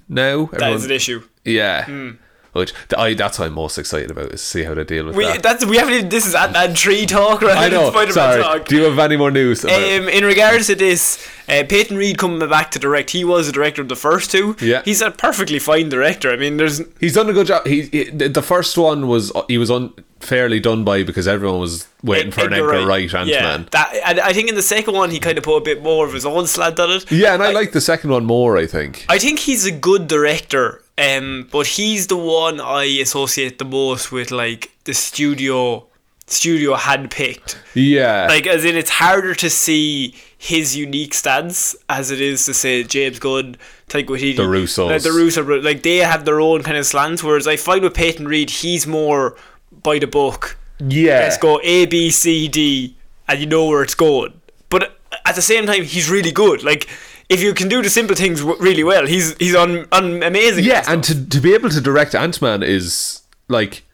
Speaker 2: now.
Speaker 1: That
Speaker 2: Everyone,
Speaker 1: is an issue. Hmm.
Speaker 2: yeah. Which th- I, that's what I'm most excited about is to see how they deal with
Speaker 1: We
Speaker 2: that.
Speaker 1: that's we haven't. Even, this is Ant Man tree talk, right?
Speaker 2: I know.
Speaker 1: Spider-Man
Speaker 2: sorry.
Speaker 1: talk.
Speaker 2: Do you have any more news? About
Speaker 1: Um, in regards to this, uh, Peyton Reed coming back to direct, he was the director of the first two.
Speaker 2: Yeah.
Speaker 1: He's a perfectly fine director. I mean, there's
Speaker 2: He's done a good job. He, he the the first one was uh, he was unfairly done by because everyone was waiting for an Edgar Wright, Ant Man.
Speaker 1: Yeah, that, and I think in the second one he kind of put a bit more of his own slant on it.
Speaker 2: Yeah, and I, like the second one more. I think.
Speaker 1: I think he's a good director, um, but he's the one I associate the most with like the studio studio handpicked.
Speaker 2: Yeah,
Speaker 1: Like as in it's harder to see his unique stance as it is to say James Gunn, Taika Waititi, the
Speaker 2: Russos.
Speaker 1: like the Russo, bro- like they have their own kind of slants. Whereas I find with Peyton Reed, he's more by the book.
Speaker 2: yeah.
Speaker 1: Let's go A B C D, and you know where it's going. But at the same time, he's really good. Like if you can do the simple things w- really well, he's he's on on amazing.
Speaker 2: Yeah, and to to be able to direct Ant Man is like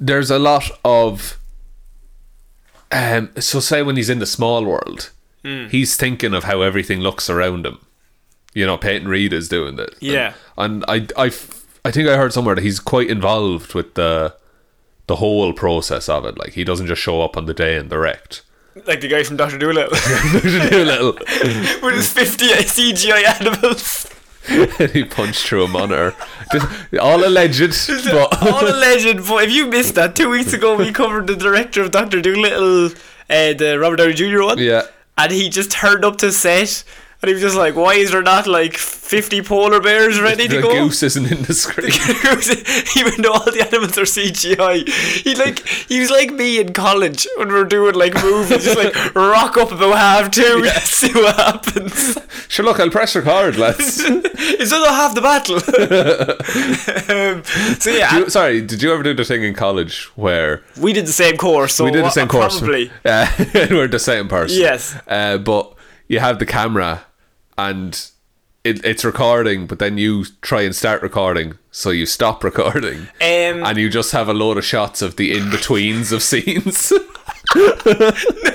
Speaker 2: there's a lot of um. So say when he's in the small world,
Speaker 1: Hmm.
Speaker 2: he's thinking of how everything looks around him. You know, Peyton Reed is doing that.
Speaker 1: Yeah.
Speaker 2: and, and I I f- I think I heard somewhere that he's quite involved with the the whole process of it. Like he doesn't just show up on the day and direct.
Speaker 1: like the guy from Doctor Dolittle
Speaker 2: Doolittle,
Speaker 1: with his fifty CGI animals.
Speaker 2: and he punched through a monitor. Just, all alleged, but
Speaker 1: All a legend, but if you missed that, two weeks ago we covered the director of Doctor Doolittle, uh, the Robert Downey Jr. one.
Speaker 2: yeah.
Speaker 1: And he just turned up to set, and he was just like, "Why is there not like 50 polar bears ready
Speaker 2: the
Speaker 1: to go.
Speaker 2: goose isn't in the screen.
Speaker 1: Even though all the animals are CGI, he like he was like me in college when we were doing like movies, just like rock up about half two, just see what happens.
Speaker 2: sure, look, I'll press record, lads.
Speaker 1: it's not half the battle. um, so yeah,
Speaker 2: Do you- sorry, did you ever do the thing in college where
Speaker 1: we did the same course. So
Speaker 2: we did the same course?
Speaker 1: Probably.
Speaker 2: Uh, and we're the same person.
Speaker 1: Yes.
Speaker 2: Uh, but you have the camera and it, it's recording, but then you try and start recording, so you stop recording.
Speaker 1: Um,
Speaker 2: and you just have a load of shots of the in betweens of scenes.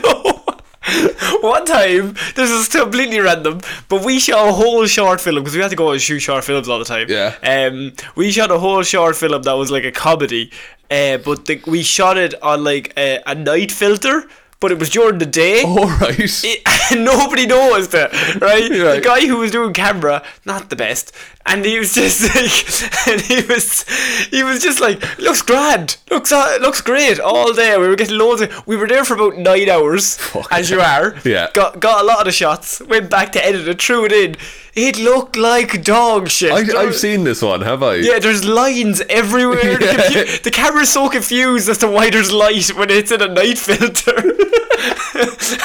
Speaker 1: One time, this is completely random, but we shot a whole short film because we had to go and shoot short films all the time.
Speaker 2: Yeah.
Speaker 1: Um, we shot a whole short film that was like a comedy, uh, but the, we shot it on like a, a night filter, but it was during the day.
Speaker 2: All right.
Speaker 1: It- and nobody noticed it, right? The
Speaker 2: Right.
Speaker 1: guy who was doing camera, not the best, and he was just like, and he was, he was just like, looks grand, looks uh, looks great all day. We were getting loads. Of, we were there for about nine hours, as you are.
Speaker 2: Yeah.
Speaker 1: Got got a lot of the shots. Went back to edit it, threw it in. It looked like dog shit.
Speaker 2: I,
Speaker 1: There
Speaker 2: I've
Speaker 1: was-
Speaker 2: seen this one, have I?
Speaker 1: yeah, there's lines everywhere. The,
Speaker 2: Yeah.
Speaker 1: confu- the camera's so confused as to why there's light when it's in a night filter.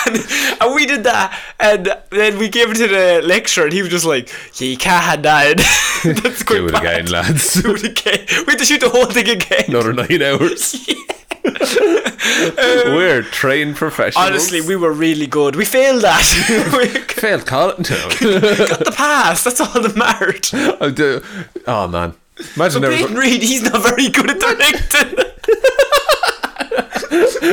Speaker 1: and, and we did that, and then we gave it to the lecturer, and he was just like, "Yeah, you can't have that." in." That's quite
Speaker 2: Do it
Speaker 1: bad.
Speaker 2: again, lads.
Speaker 1: Do it again. We had to shoot the whole thing again.
Speaker 2: Another nine hours. We're trained professionals.
Speaker 1: Honestly, we were really good. We failed that. we
Speaker 2: failed college.
Speaker 1: got the pass. That's all that mattered.
Speaker 2: I do. Oh man, imagine there
Speaker 1: Peyton
Speaker 2: was,
Speaker 1: Reed, he's not very good at directing.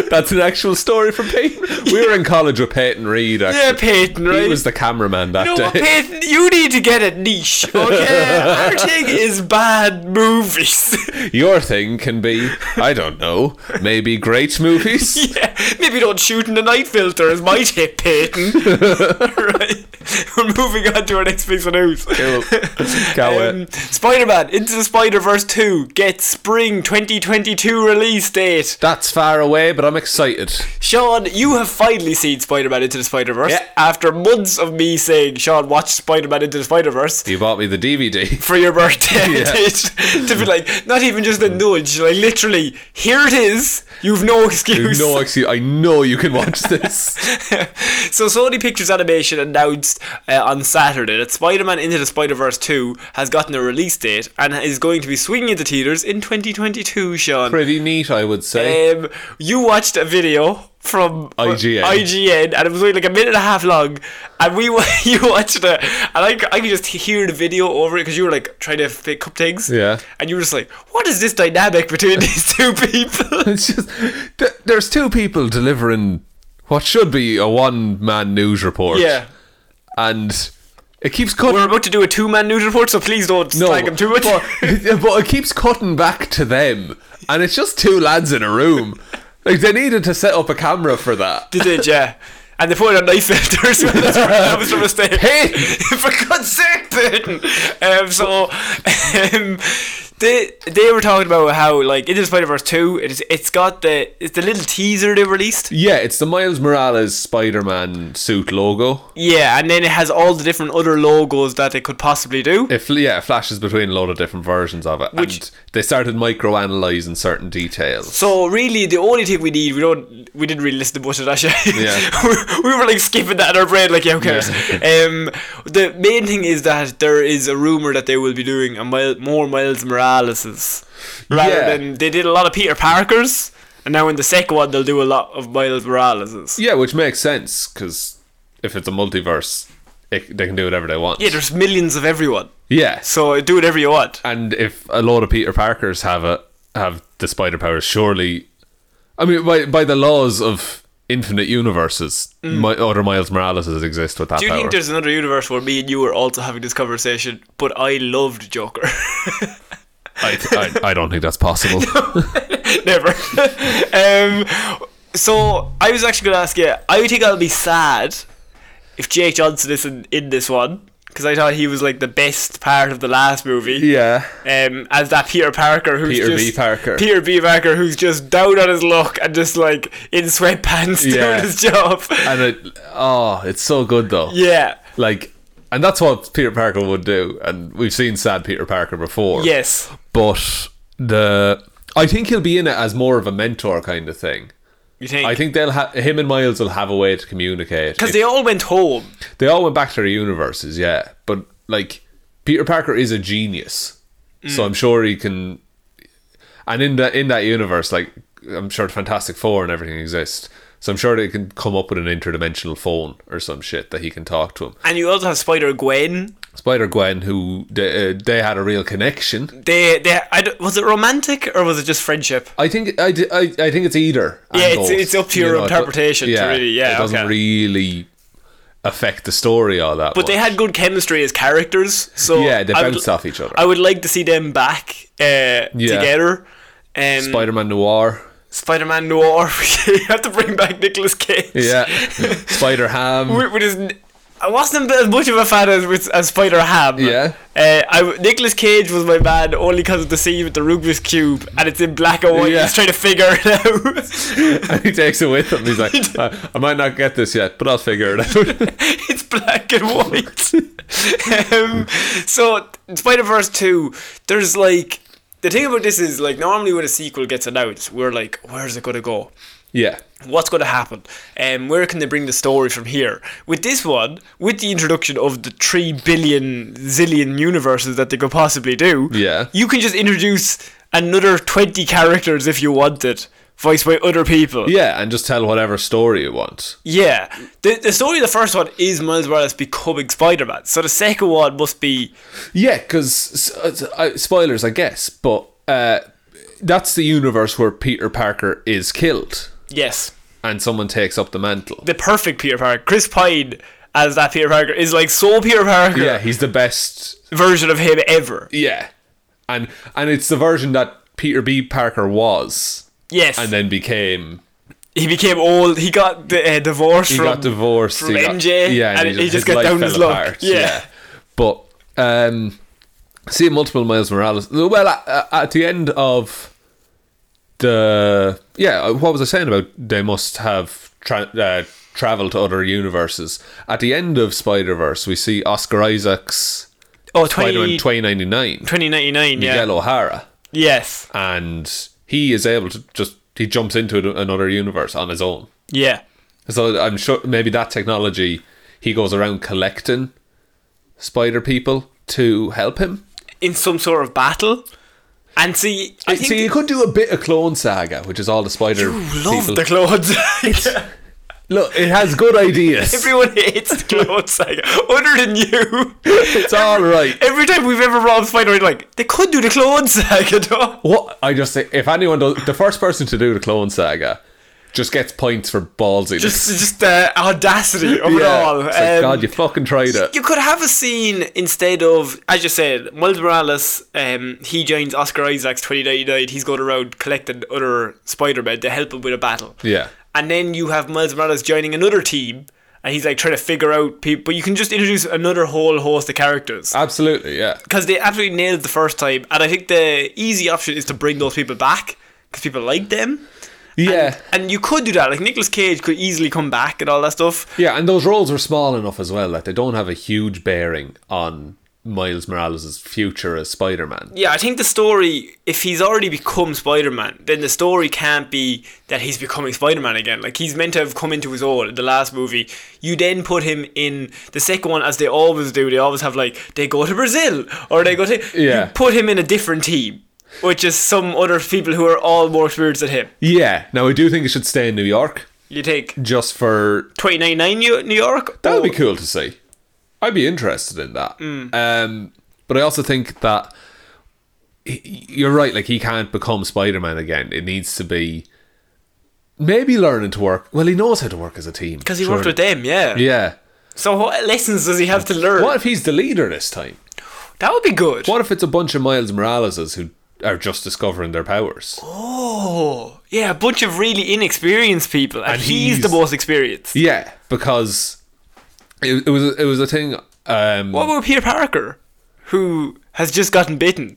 Speaker 2: that's an actual story from Peyton. We were in college with Peyton Reed. Actually.
Speaker 1: yeah, Peyton, right?
Speaker 2: he was the cameraman that
Speaker 1: No,
Speaker 2: day.
Speaker 1: but Peyton, you need to get a niche, okay? Our thing is bad movies.
Speaker 2: Your thing can be, I don't know, maybe great movies.
Speaker 1: yeah, maybe don't shoot in the night filter is my tip, Peyton. right, we're moving on to our next piece of news.
Speaker 2: Cool. Can't wait.
Speaker 1: Um, Spider-Man Into the Spider-Verse 2 gets spring 2022 release date.
Speaker 2: That's far away, but I'm excited.
Speaker 1: Sean, you have finally seen Spider-Man Into the Spider-Verse
Speaker 2: Yeah.
Speaker 1: after months of me saying, Sean, watch Spider-Man Into the Spider-Verse.
Speaker 2: You bought me the DVD.
Speaker 1: for your birthday
Speaker 2: Yeah.
Speaker 1: to, to be like not even just a nudge like literally here it is you've no excuse
Speaker 2: No, excuse. I know you can watch this.
Speaker 1: so Sony Pictures Animation announced uh, on Saturday that Spider-Man Into the Spider-Verse 2 has gotten a release date and is going to be swinging into theaters in 2022 Sean
Speaker 2: Pretty neat, I would say.
Speaker 1: um, you watched a video from
Speaker 2: IGN.
Speaker 1: IGN, and it was only like a minute and a half long, and we wa- you watched it, and I, c- I could just hear the video over it because you were like trying to pick up things,
Speaker 2: Yeah.
Speaker 1: and you were just like, what is this dynamic between these two people?
Speaker 2: It's just th- there's two people delivering what should be a one-man news report.
Speaker 1: yeah,
Speaker 2: and it keeps cutting.
Speaker 1: we're about to do a two-man news report, so please don't
Speaker 2: no,
Speaker 1: slag him too much.
Speaker 2: but, but it keeps cutting back to them, and it's just two lads in a room. Like they needed to set up a camera for that.
Speaker 1: They did, yeah. And they put it on knife filters. that was a mistake.
Speaker 2: Hey!
Speaker 1: For God's sake, Peyton! Um, so, um, they they were talking about how like Into the Spider Verse two, it's it's got the it's the little teaser they released.
Speaker 2: Yeah, it's the Miles Morales Spider-Man suit logo.
Speaker 1: Yeah, and then it has all the different other logos that they could possibly do.
Speaker 2: It fl- yeah, it flashes between a lot of different versions of it, and they started micro-analyzing certain details.
Speaker 1: So really, the only thing we need, we don't, we didn't really listen to much of that shit.
Speaker 2: Yeah.
Speaker 1: We- we were like skipping that in our brain, like yeah, who cares? Um, the main thing is that there is a rumor that they will be doing a mil- more Miles Moraleses, rather
Speaker 2: Yeah.
Speaker 1: than they did a lot of Peter Parkers, and now in the second one they'll do a lot of Miles Moraleses.
Speaker 2: Yeah, which makes sense because if it's a multiverse, it, they can do whatever they want.
Speaker 1: Yeah, there's millions of everyone,
Speaker 2: Yeah.
Speaker 1: so do whatever you want.
Speaker 2: and if a lot of Peter Parkers have it, have the spider powers, surely, I mean, by by the laws of infinite universes, my, other Miles Moraleses exist with that
Speaker 1: Mm. Do you
Speaker 2: power.
Speaker 1: think there's another universe where me and you are also having this conversation, but I loved Joker?
Speaker 2: I, I, I don't think that's possible.
Speaker 1: Never. um, so I was actually going to ask you. I think I'll be sad if Jake Johnson isn't in this one because I thought he was like the best part of the last movie.
Speaker 2: yeah.
Speaker 1: Um, as that Peter Parker who's
Speaker 2: Peter
Speaker 1: just
Speaker 2: B. Parker.
Speaker 1: Peter B. Parker who's just down on his luck and just like in sweatpants
Speaker 2: Yeah.
Speaker 1: doing his job.
Speaker 2: And it, oh, it's so good though.
Speaker 1: yeah.
Speaker 2: Like, and that's what Peter Parker would do. And we've seen sad Peter Parker before.
Speaker 1: Yes.
Speaker 2: But the I think he'll be in it as more of a mentor kind of thing.
Speaker 1: You think?
Speaker 2: I think they'll ha- him and Miles will have a way to communicate.
Speaker 1: because
Speaker 2: If-
Speaker 1: they all went home.
Speaker 2: they all went back to their universes, yeah. But like Peter Parker is a genius,
Speaker 1: Mm.
Speaker 2: so I'm sure he can. And in that in that universe, like I'm sure the Fantastic Four and everything exists, so I'm sure they can come up with an interdimensional phone or some shit that he can talk to him.
Speaker 1: And you also have Spider Gwen.
Speaker 2: Spider Gwen, who they, uh, they had a real connection.
Speaker 1: They, they, I d was it romantic or was it just friendship?
Speaker 2: I think I, d- I, I think it's either.
Speaker 1: Yeah,
Speaker 2: and
Speaker 1: it's-
Speaker 2: both,
Speaker 1: it's up to your
Speaker 2: it do-
Speaker 1: interpretation to really- yeah,
Speaker 2: it doesn't
Speaker 1: okay.
Speaker 2: really affect the story all that.
Speaker 1: But they had good chemistry as characters, so
Speaker 2: yeah, they
Speaker 1: I would-
Speaker 2: bounced off each other.
Speaker 1: I would like to see them back uh, together. Um,
Speaker 2: Spider Man Noir.
Speaker 1: Spider-Man Noir. you have to bring back Nicolas Cage.
Speaker 2: Yeah, Spider Ham.
Speaker 1: With, with his, n- I wasn't as much of a fan as with as Spider Ham.
Speaker 2: Yeah.
Speaker 1: Uh, I w- Nicolas Cage was my man only because of the scene with the Rubik's cube, and it's in black and white.
Speaker 2: Yeah.
Speaker 1: He's trying to figure it out.
Speaker 2: And he takes it with him. He's like, "Uh, I, I might not get this yet, but I'll figure it out.
Speaker 1: it's black and white. um, so Spider Verse two, there's like the thing about this is like normally when a sequel gets announced, we're like, where's it gonna go?
Speaker 2: yeah,
Speaker 1: what's going to happen and where can they bring the story from here with this one with the introduction of the 3 billion zillion universes that they could possibly do
Speaker 2: Yeah.
Speaker 1: you can just introduce another 20 characters if you wanted voiced by other people
Speaker 2: yeah, and just tell whatever story you want.
Speaker 1: yeah. the, the story of the first one is miles morales becoming spider-man so the second one must be
Speaker 2: Yeah, because uh, spoilers, I guess, but uh, that's the universe where Peter Parker is killed,
Speaker 1: yes
Speaker 2: and someone takes up the mantle.
Speaker 1: the perfect peter parker chris pine as that peter parker is like so peter parker
Speaker 2: Yeah, he's the best
Speaker 1: version of him ever
Speaker 2: Yeah, and and it's the version that Peter B. Parker was,
Speaker 1: yes
Speaker 2: and then became.
Speaker 1: he became old. He got the, uh, divorced
Speaker 2: He
Speaker 1: from.
Speaker 2: got divorced.
Speaker 1: from
Speaker 2: he got-
Speaker 1: MJ,
Speaker 2: yeah,
Speaker 1: and he just
Speaker 2: his
Speaker 1: got
Speaker 2: life
Speaker 1: down
Speaker 2: fell
Speaker 1: his luck. Yeah.
Speaker 2: but um, seeing multiple Miles Morales. Well, at, at the end of the yeah, uh, what was I saying about they must have tra- uh, traveled to other universes? At the end of Spider Verse, we see Oscar Isaac's
Speaker 1: oh,
Speaker 2: Spider
Speaker 1: 20,
Speaker 2: Man twenty ninety nine,
Speaker 1: 2099, yeah.
Speaker 2: Miguel O'Hara.
Speaker 1: Yes.
Speaker 2: and he is able to just he jumps into an- another universe on his own.
Speaker 1: Yeah.
Speaker 2: So I'm sure maybe that technology he goes around collecting spider people to help him.
Speaker 1: In some sort of battle. And see, I think
Speaker 2: See, you could do a bit of Clone Saga, which is all the spider
Speaker 1: they love
Speaker 2: people.
Speaker 1: the clothes.
Speaker 2: Look, it has good ideas.
Speaker 1: Everyone hates the clothes saga, other than you.
Speaker 2: it's all right.
Speaker 1: Every time we've ever robbed Spider, we're like, they could do the clothes saga, though.
Speaker 2: What I just say, if anyone does, the first person to do the Clone Saga just gets points for ballsiness.
Speaker 1: Just, just the audacity of it
Speaker 2: Yeah.
Speaker 1: all.
Speaker 2: It's like,
Speaker 1: Um,
Speaker 2: God, you fucking tried it.
Speaker 1: You could have a scene instead of, as you said, Miles Morales. Um, he joins Oscar Isaac's 2099. He's going around collecting other Spider-Men to help him with a battle.
Speaker 2: Yeah.
Speaker 1: And then you have Miles Morales joining another team, and he's like trying to figure out people. But you can just introduce another whole host of characters
Speaker 2: Absolutely, yeah.
Speaker 1: because they absolutely nailed it the first time. And I think the easy option is to bring those people back because people like them.
Speaker 2: Yeah.
Speaker 1: And you could do that. Like Nicolas Cage could easily come back and all that stuff.
Speaker 2: Yeah, and those roles are small enough as well that they don't have a huge bearing on Miles Morales' future as Spider Man.
Speaker 1: Yeah, I think the story, if he's already become Spider Man, then the story can't be that he's becoming Spider Man again. Like, he's meant to have come into his own in the last movie. You then put him in the second one, as they always do. They always have, like, they go to Brazil or they go to.
Speaker 2: Yeah.
Speaker 1: You put him in a different team, which is some other people who are all more experienced than him.
Speaker 2: Yeah, now I do think it should stay in New York
Speaker 1: You take
Speaker 2: just for.
Speaker 1: 2099 New New York? Oh,
Speaker 2: That would be
Speaker 1: or-
Speaker 2: cool to see. I'd be interested in that.
Speaker 1: Hmm.
Speaker 2: Um, but I also think that y- you're right, like, he can't become Spider Man again. It needs to be maybe learning to work. Well, he knows how to work as a team.
Speaker 1: Because he worked
Speaker 2: surely.
Speaker 1: with them, yeah.
Speaker 2: Yeah.
Speaker 1: So, what lessons does he have to learn?
Speaker 2: What if he's the leader this time?
Speaker 1: That would be good.
Speaker 2: What if it's a bunch of Miles Moraleses who are just discovering their powers?
Speaker 1: Oh, yeah, a bunch of really inexperienced people, and,
Speaker 2: And
Speaker 1: he's,
Speaker 2: he's-
Speaker 1: the most experienced.
Speaker 2: Yeah, because it, it was it was a thing. Um,
Speaker 1: What about Peter Parker, who has just gotten bitten?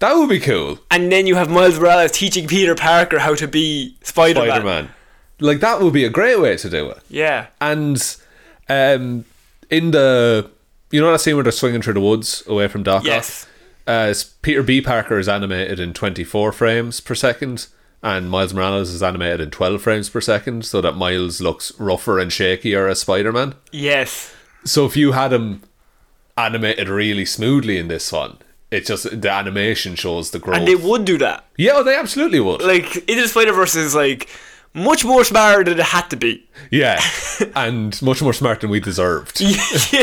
Speaker 2: that would be cool,
Speaker 1: And then you have Miles Morales teaching Peter Parker how to be Spider
Speaker 2: Spider
Speaker 1: Man.
Speaker 2: Man. Like that would be a great way to do it.
Speaker 1: Yeah.
Speaker 2: And um, in the you know that scene where they're swinging through the woods away from Doc Ock?
Speaker 1: Yes.
Speaker 2: Uh, s- Peter B. Parker is animated in 24 frames per second, and Miles Morales is animated in 12 frames per second, so that Miles looks rougher and shakier as Spider Man.
Speaker 1: Yes.
Speaker 2: So if you had him animated really smoothly in this one, it just the animation shows the growth.
Speaker 1: And they would do that.
Speaker 2: yeah, oh, they absolutely would.
Speaker 1: Like, Into the Spider Verse is like much more smarter than it had to be.
Speaker 2: yeah, and much more smart than we deserved.
Speaker 1: Yeah, like,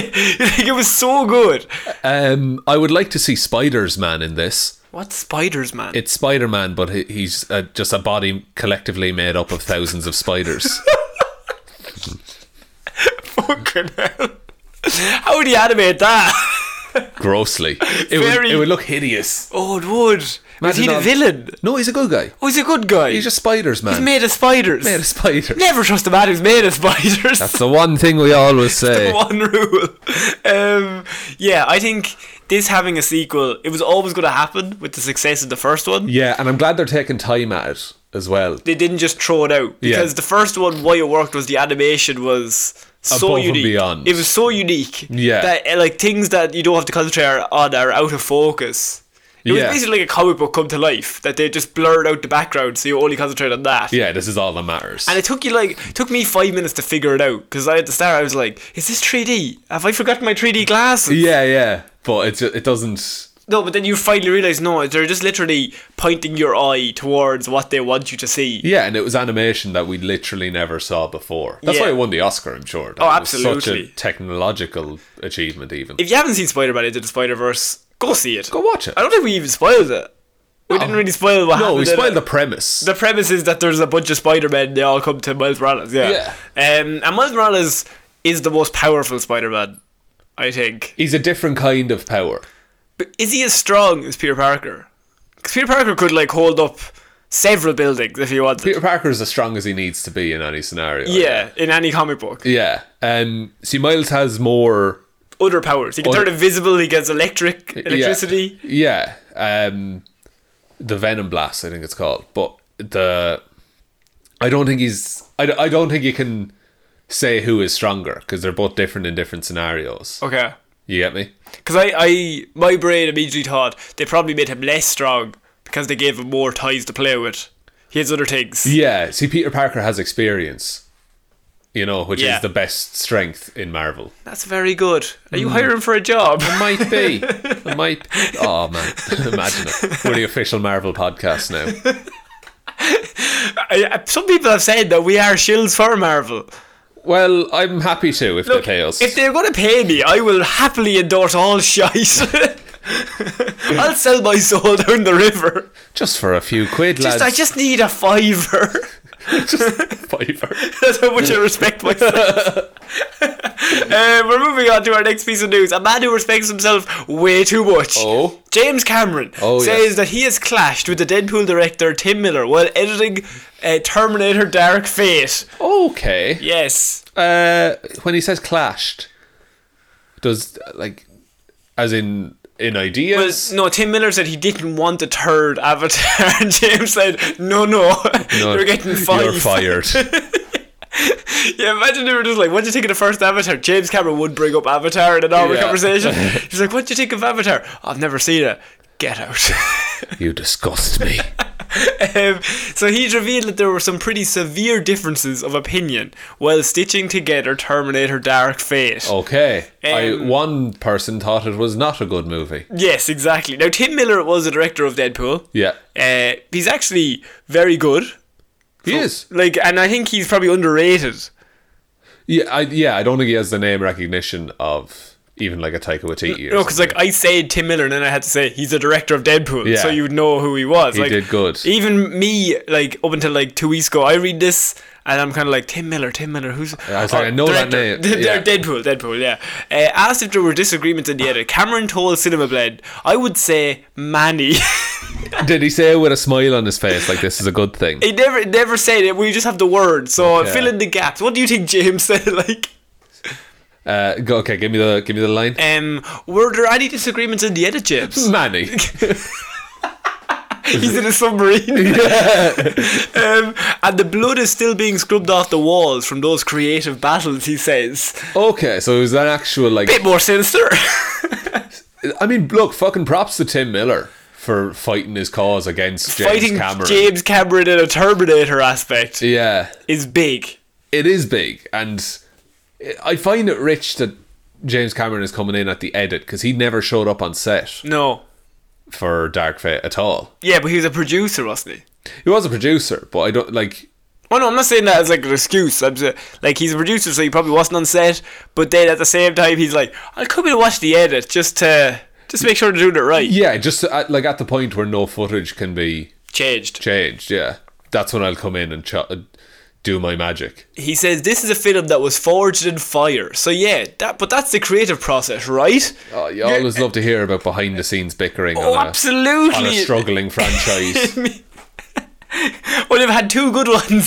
Speaker 1: it was so good.
Speaker 2: Um, I would like to see Spider's Man in this.
Speaker 1: What spiders, man?
Speaker 2: It's Spider Man, but he, he's uh, just a body collectively made up of thousands of spiders.
Speaker 1: Fucking hell. How would you animate that?
Speaker 2: Grossly, it,
Speaker 1: Very-
Speaker 2: would, it would look hideous.
Speaker 1: Oh, it would. Is
Speaker 2: Imagine
Speaker 1: he the
Speaker 2: all-
Speaker 1: villain?
Speaker 2: No, he's a good guy.
Speaker 1: Oh, he's a good guy.
Speaker 2: He's just Spider's Man.
Speaker 1: He's made of spiders.
Speaker 2: made of spiders.
Speaker 1: Never trust a man who's made of spiders.
Speaker 2: That's the one thing we always say.
Speaker 1: one rule. Um, yeah, I think this having a sequel, it was always going to happen with the success of the first one.
Speaker 2: Yeah, and I'm glad they're taking time at it as well.
Speaker 1: They didn't just throw it out
Speaker 2: Yeah.
Speaker 1: because the first one, why it worked was the animation was so
Speaker 2: Above and
Speaker 1: unique.
Speaker 2: beyond.
Speaker 1: It was so unique.
Speaker 2: Yeah.
Speaker 1: that uh, like things that you don't have to concentrate on are out of focus. It
Speaker 2: Yeah.
Speaker 1: was basically like a comic book come to life that they just blurred out the background, so you only concentrate on that.
Speaker 2: Yeah, this is all that matters.
Speaker 1: And it took you like took me five minutes to figure it out because at the start I was like, "Is this 3D? Have I forgotten my 3D glasses?"
Speaker 2: yeah, yeah, but it ju- it doesn't.
Speaker 1: No, but then you finally realize no, they're just literally pointing your eye towards what they want you to see.
Speaker 2: Yeah, and it was animation that we literally never saw before. That's why
Speaker 1: Yeah.
Speaker 2: it won the Oscar, I'm sure. That
Speaker 1: Oh,
Speaker 2: was
Speaker 1: absolutely.
Speaker 2: Such a technological achievement, even.
Speaker 1: If you haven't seen Spider Man Into the Spider Verse, go see it.
Speaker 2: Go watch it.
Speaker 1: I don't think we even spoiled it. We didn't really spoil what
Speaker 2: Oh. No,
Speaker 1: happened.
Speaker 2: we
Speaker 1: in
Speaker 2: spoiled
Speaker 1: it.
Speaker 2: the premise.
Speaker 1: uh, The premise is that there's a bunch of Spider Men. They all come to Miles Morales. Yeah. Um, and Miles Morales is the most powerful Spider Man, I think.
Speaker 2: He's a different kind of power.
Speaker 1: But is he as strong as Peter Parker? Because Peter Parker could like hold up several buildings if he wanted.
Speaker 2: Peter Parker is as strong as he needs to be in any scenario.
Speaker 1: yeah, in any comic book.
Speaker 2: Yeah. Um, see, Miles has more
Speaker 1: other powers. He can
Speaker 2: Other-
Speaker 1: turn invisible. He gets electric electricity.
Speaker 2: Yeah. yeah. Um, the Venom Blast, I think it's called. But the. I don't think he's. I, I don't think you can say who is stronger because they're both different in different scenarios.
Speaker 1: Okay.
Speaker 2: You get me?
Speaker 1: Because I, I, my brain immediately thought they probably made him less strong because they gave him more toys to play with. He has other things.
Speaker 2: Yeah. See, Peter Parker has experience, you know, which
Speaker 1: Yeah.
Speaker 2: is the best strength in Marvel.
Speaker 1: That's very good. Are you hiring for a job?
Speaker 2: Might be. It might. Oh man, imagine it. We're the official Marvel podcast now.
Speaker 1: I, I- some people have said that we are shields for Marvel.
Speaker 2: Well, I'm happy to if they pay us.
Speaker 1: If they're going to pay me, I will happily endorse all shite. I'll sell my soul down the river.
Speaker 2: just for a few quid,
Speaker 1: Just,
Speaker 2: lads.
Speaker 1: I just need a fiver.
Speaker 2: just fiver.
Speaker 1: That's how much I respect myself. Uh, we're moving on to our next piece of news. A man who respects himself way too much.
Speaker 2: Oh.
Speaker 1: James Cameron
Speaker 2: Oh,
Speaker 1: says
Speaker 2: yes.
Speaker 1: that he has clashed with the Deadpool director Tim Miller while editing uh, Terminator Dark Fate.
Speaker 2: Okay.
Speaker 1: Yes.
Speaker 2: Uh, when he says clashed, does like, as in in
Speaker 1: Well,
Speaker 2: ideas?
Speaker 1: no, Tim Miller said he didn't want a third Avatar. and James said, no, no,
Speaker 2: No,
Speaker 1: you're getting five.
Speaker 2: You're fired.
Speaker 1: Yeah, imagine they were just like, what do you think of the first Avatar? James Cameron would bring up Avatar in an hour
Speaker 2: Yeah.
Speaker 1: conversation. He's like, what do you think of Avatar? I've never seen it. Get out.
Speaker 2: you disgust me.
Speaker 1: um, so he's revealed that there were some pretty severe differences of opinion while stitching together Terminator Dark Fate.
Speaker 2: Oh. Okay. I,
Speaker 1: Um,
Speaker 2: one person thought it was not a good movie.
Speaker 1: Yes, exactly. Now, Tim Miller was the director of Deadpool.
Speaker 2: Yeah.
Speaker 1: Uh, he's actually very good.
Speaker 2: He is.
Speaker 1: Like, and I think he's probably underrated.
Speaker 2: Yeah, I, yeah, I don't think he has the name recognition of even like a Taika Waititi. Or
Speaker 1: No, because like
Speaker 2: something.
Speaker 1: I said Tim Miller, and then I had to say he's the director of Deadpool,
Speaker 2: Yeah.
Speaker 1: so you'd know who he was. He like,
Speaker 2: did good.
Speaker 1: Even me, like up until like two weeks ago, I read this and I'm kind of like Tim Miller, Tim Miller. Who's
Speaker 2: I was like, I know that
Speaker 1: director-
Speaker 2: name,
Speaker 1: They're
Speaker 2: yeah.
Speaker 1: Deadpool, Deadpool. Yeah. Uh, asked if there were disagreements in the edit. Cameron told Cinemablade, "I would say Manny."
Speaker 2: did he say it with a smile on his face like this is a good thing?
Speaker 1: he never it never said it. We just have the word, so
Speaker 2: Okay.
Speaker 1: fill in the gaps. What do you think James said? Like.
Speaker 2: Uh, go, okay, give me the give me the line.
Speaker 1: Um, were there any disagreements in the edit, James?
Speaker 2: Manny.
Speaker 1: He's in a submarine. um, and the blood is still being scrubbed off the walls from those creative battles, he says.
Speaker 2: Okay, so it was an actual like.
Speaker 1: Bit more sinister.
Speaker 2: I mean, look, fucking props to Tim Miller for fighting his cause against James
Speaker 1: Fighting
Speaker 2: Cameron.
Speaker 1: James Cameron in a Terminator aspect
Speaker 2: yeah,
Speaker 1: is big.
Speaker 2: it is big, and I find it rich that James Cameron is coming in at the edit because he never showed up on set
Speaker 1: No.
Speaker 2: for Dark Fate at all.
Speaker 1: Yeah, but he was a producer, wasn't he?
Speaker 2: He was a producer, but I don't like.
Speaker 1: Well, no, I'm not saying that as like an excuse. I'm just, like he's a producer, so he probably wasn't on set. But then at the same time, he's like, I'll come in and watch the edit just to just make sure they're doing it right.
Speaker 2: Yeah, just at, like at the point where no footage can be
Speaker 1: Changed.
Speaker 2: changed. Yeah, that's when I'll come in and ch- do my magic.
Speaker 1: He says this is a film that was forged in fire. So yeah, that but that's the creative process, right?
Speaker 2: Oh, you always love to hear about behind the scenes bickering
Speaker 1: Oh,
Speaker 2: on, a, on a
Speaker 1: absolutely.
Speaker 2: struggling franchise.
Speaker 1: Well, they've had two good ones.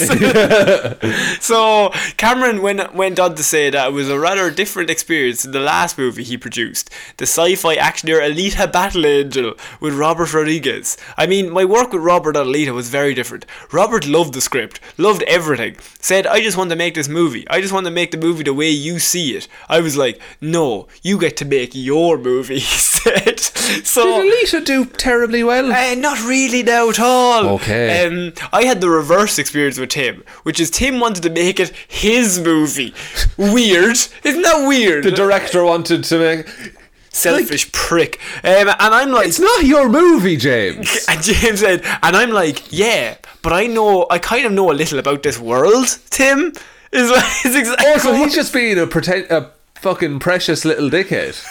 Speaker 1: so Cameron went went on to say that it was a rather different experience than the last movie he produced, the sci-fi actioner Alita Battle Angel with Robert Rodriguez. I mean, my work with Robert on Alita was very different. Robert loved the script, loved everything. Said, "I just want to make this movie. I just want to make the movie the way you see it." I was like, "No, you get to make your movie." He said. So
Speaker 2: Alita do terribly well?
Speaker 1: uh, not really now at all.
Speaker 2: Okay.
Speaker 1: Um, I had the reverse experience with Tim, which is Tim wanted to make it his movie. Weird, isn't that weird?
Speaker 2: the director wanted to make.
Speaker 1: Selfish prick. Um, and I'm like,
Speaker 2: It's not your movie, James.
Speaker 1: and James said, and I'm like, yeah, but I know, I kind of know a little about this world. Tim is is exactly.
Speaker 2: Also, he's just being a pretend, a fucking precious little dickhead.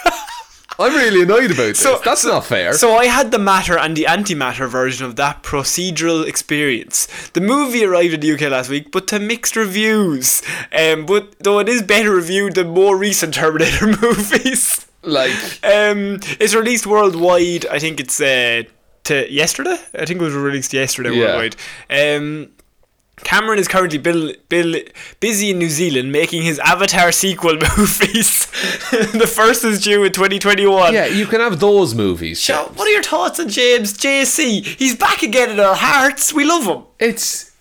Speaker 2: I'm really annoyed about this.
Speaker 1: So-
Speaker 2: That's not fair.
Speaker 1: So I had the matter and the antimatter version of that procedural experience. The movie arrived in the UK last week, but to mixed reviews. Um, but though it is better reviewed than more recent Terminator movies.
Speaker 2: like,
Speaker 1: Um, it's released worldwide. I think it's uh, to yesterday. I think it was released yesterday
Speaker 2: Yeah.
Speaker 1: worldwide. Um, Cameron is currently bil- bil- busy in New Zealand making his Avatar sequel movies. the first is due in 2021.
Speaker 2: yeah, you can have those movies.
Speaker 1: Joe, what are your thoughts on James JC? He's back again in our hearts. We love him.
Speaker 2: It's,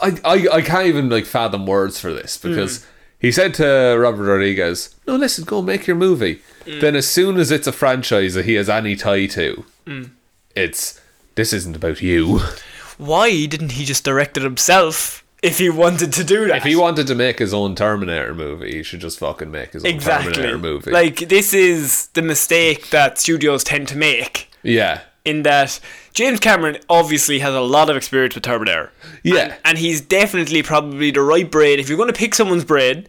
Speaker 2: I, I, I can't even like fathom words for this because
Speaker 1: Mm.
Speaker 2: he said to Robert Rodriguez, "No, listen, go make your movie."
Speaker 1: Mm.
Speaker 2: Then, as soon as it's a franchise that he has any tie to,
Speaker 1: Mm.
Speaker 2: it's this isn't about you.
Speaker 1: Why didn't he just direct it himself if he wanted to do that?
Speaker 2: If he wanted to make his own Terminator movie, he should just fucking make his own
Speaker 1: exactly.
Speaker 2: Terminator movie.
Speaker 1: Like this is the mistake that studios tend to make.
Speaker 2: yeah,
Speaker 1: In that James Cameron obviously has a lot of experience with Terminator.
Speaker 2: yeah.
Speaker 1: And he's definitely probably the right brain. If you're going to pick someone's brain,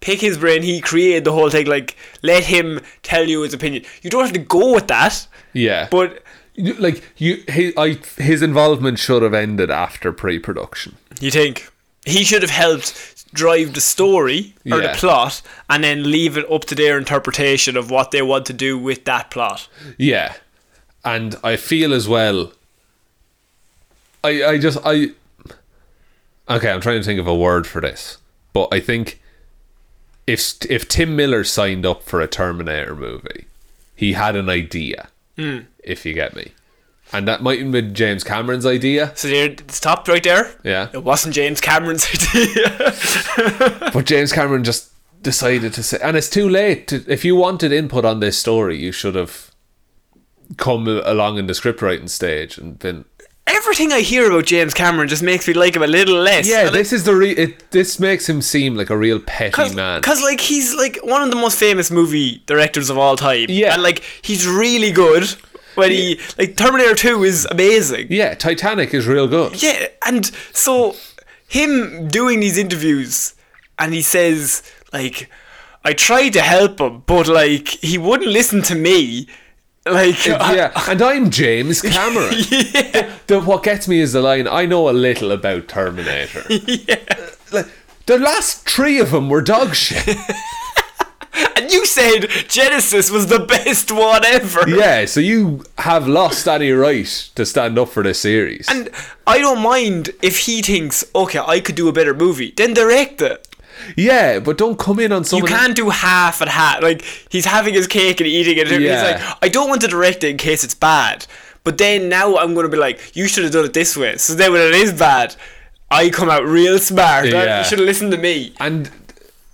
Speaker 1: pick his brain. He created the whole thing. Like, let him tell you his opinion. You don't have to go with that.
Speaker 2: Yeah,
Speaker 1: But
Speaker 2: You- like you, he, I, his involvement should have ended after pre-production.
Speaker 1: You think he should have helped drive the story or
Speaker 2: Yeah.
Speaker 1: the plot, and then leave it up to their interpretation of what they want to do with that plot.
Speaker 2: Yeah, and I feel as well. I, I just, I. Okay, I'm trying to think of a word for this, but I think if if Tim Miller signed up for a Terminator movie, he had an idea. If you get me, and that might have been James Cameron's idea.
Speaker 1: So there, stop right there.
Speaker 2: Yeah.
Speaker 1: It wasn't James Cameron's idea.
Speaker 2: But James Cameron just decided to say, and it's too late. To, if you wanted input on this story, you should have come along in the scriptwriting stage and been.
Speaker 1: Everything I hear about James Cameron just makes me like him a little less.
Speaker 2: Yeah, this is the re- it, this makes him seem like a real petty man.
Speaker 1: because like he's like one of the most famous movie directors of all time.
Speaker 2: Yeah.
Speaker 1: and like he's really good. When he like Terminator Two is amazing.
Speaker 2: yeah, Titanic is real good.
Speaker 1: Yeah, and so him doing these interviews, and he says like, "I tried to help him, but like he wouldn't listen to me." Like,
Speaker 2: Yeah, and I'm James Cameron. The, what gets me is the line I know a little about Terminator. Like, the last three of them were dog shit.
Speaker 1: and you said Genesis was the best one ever.
Speaker 2: yeah, so you have lost any right to stand up for this series.
Speaker 1: And I don't mind if he thinks, okay, I could do a better movie, then direct it.
Speaker 2: Yeah, but don't come in on
Speaker 1: You
Speaker 2: someone.
Speaker 1: can't do half and half. Like, he's having his cake and eating it.
Speaker 2: Yeah.
Speaker 1: He's like, I don't want to direct it in case it's bad. But then now I'm gonna be like, you should have done it this way. So then when it is bad, I come out real smart.
Speaker 2: Yeah.
Speaker 1: You should have listened to me.
Speaker 2: And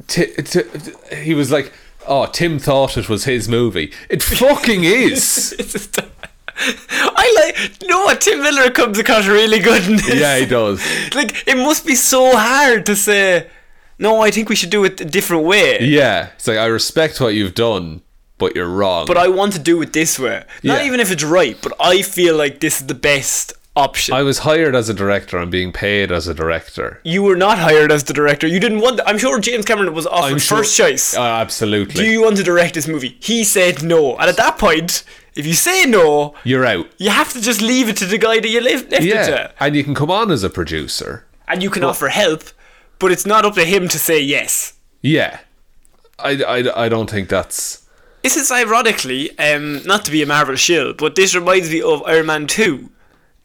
Speaker 2: t- t- t- he was like, "Oh, Tim thought it was his movie. It fucking is."
Speaker 1: It's just- I like you know what Tim Miller comes across really good in this.
Speaker 2: yeah, he does.
Speaker 1: Like it must be so hard to say. No, I think we should do it a different way.
Speaker 2: Yeah, it's like I respect what you've done, but you're wrong.
Speaker 1: But I want to do it this way. Not
Speaker 2: Yeah.
Speaker 1: even if it's right, but I feel like this is the best option.
Speaker 2: I was hired as a director. I'm being paid as a director.
Speaker 1: you were not hired as the director. You didn't want. I'm sure James Cameron was offered first choice.
Speaker 2: Uh, absolutely.
Speaker 1: do you want to direct this movie? He said no. And at that point, if you say no,
Speaker 2: you're out.
Speaker 1: you have to just leave it to the guy that you left, left it
Speaker 2: Yeah,
Speaker 1: to.
Speaker 2: and you can come on as a producer.
Speaker 1: And you can offer help, but it's not up to him to say yes.
Speaker 2: Yeah, I, I, I don't think that's
Speaker 1: This is ironically, um, not to be a Marvel shill, but this reminds me of Iron Man 2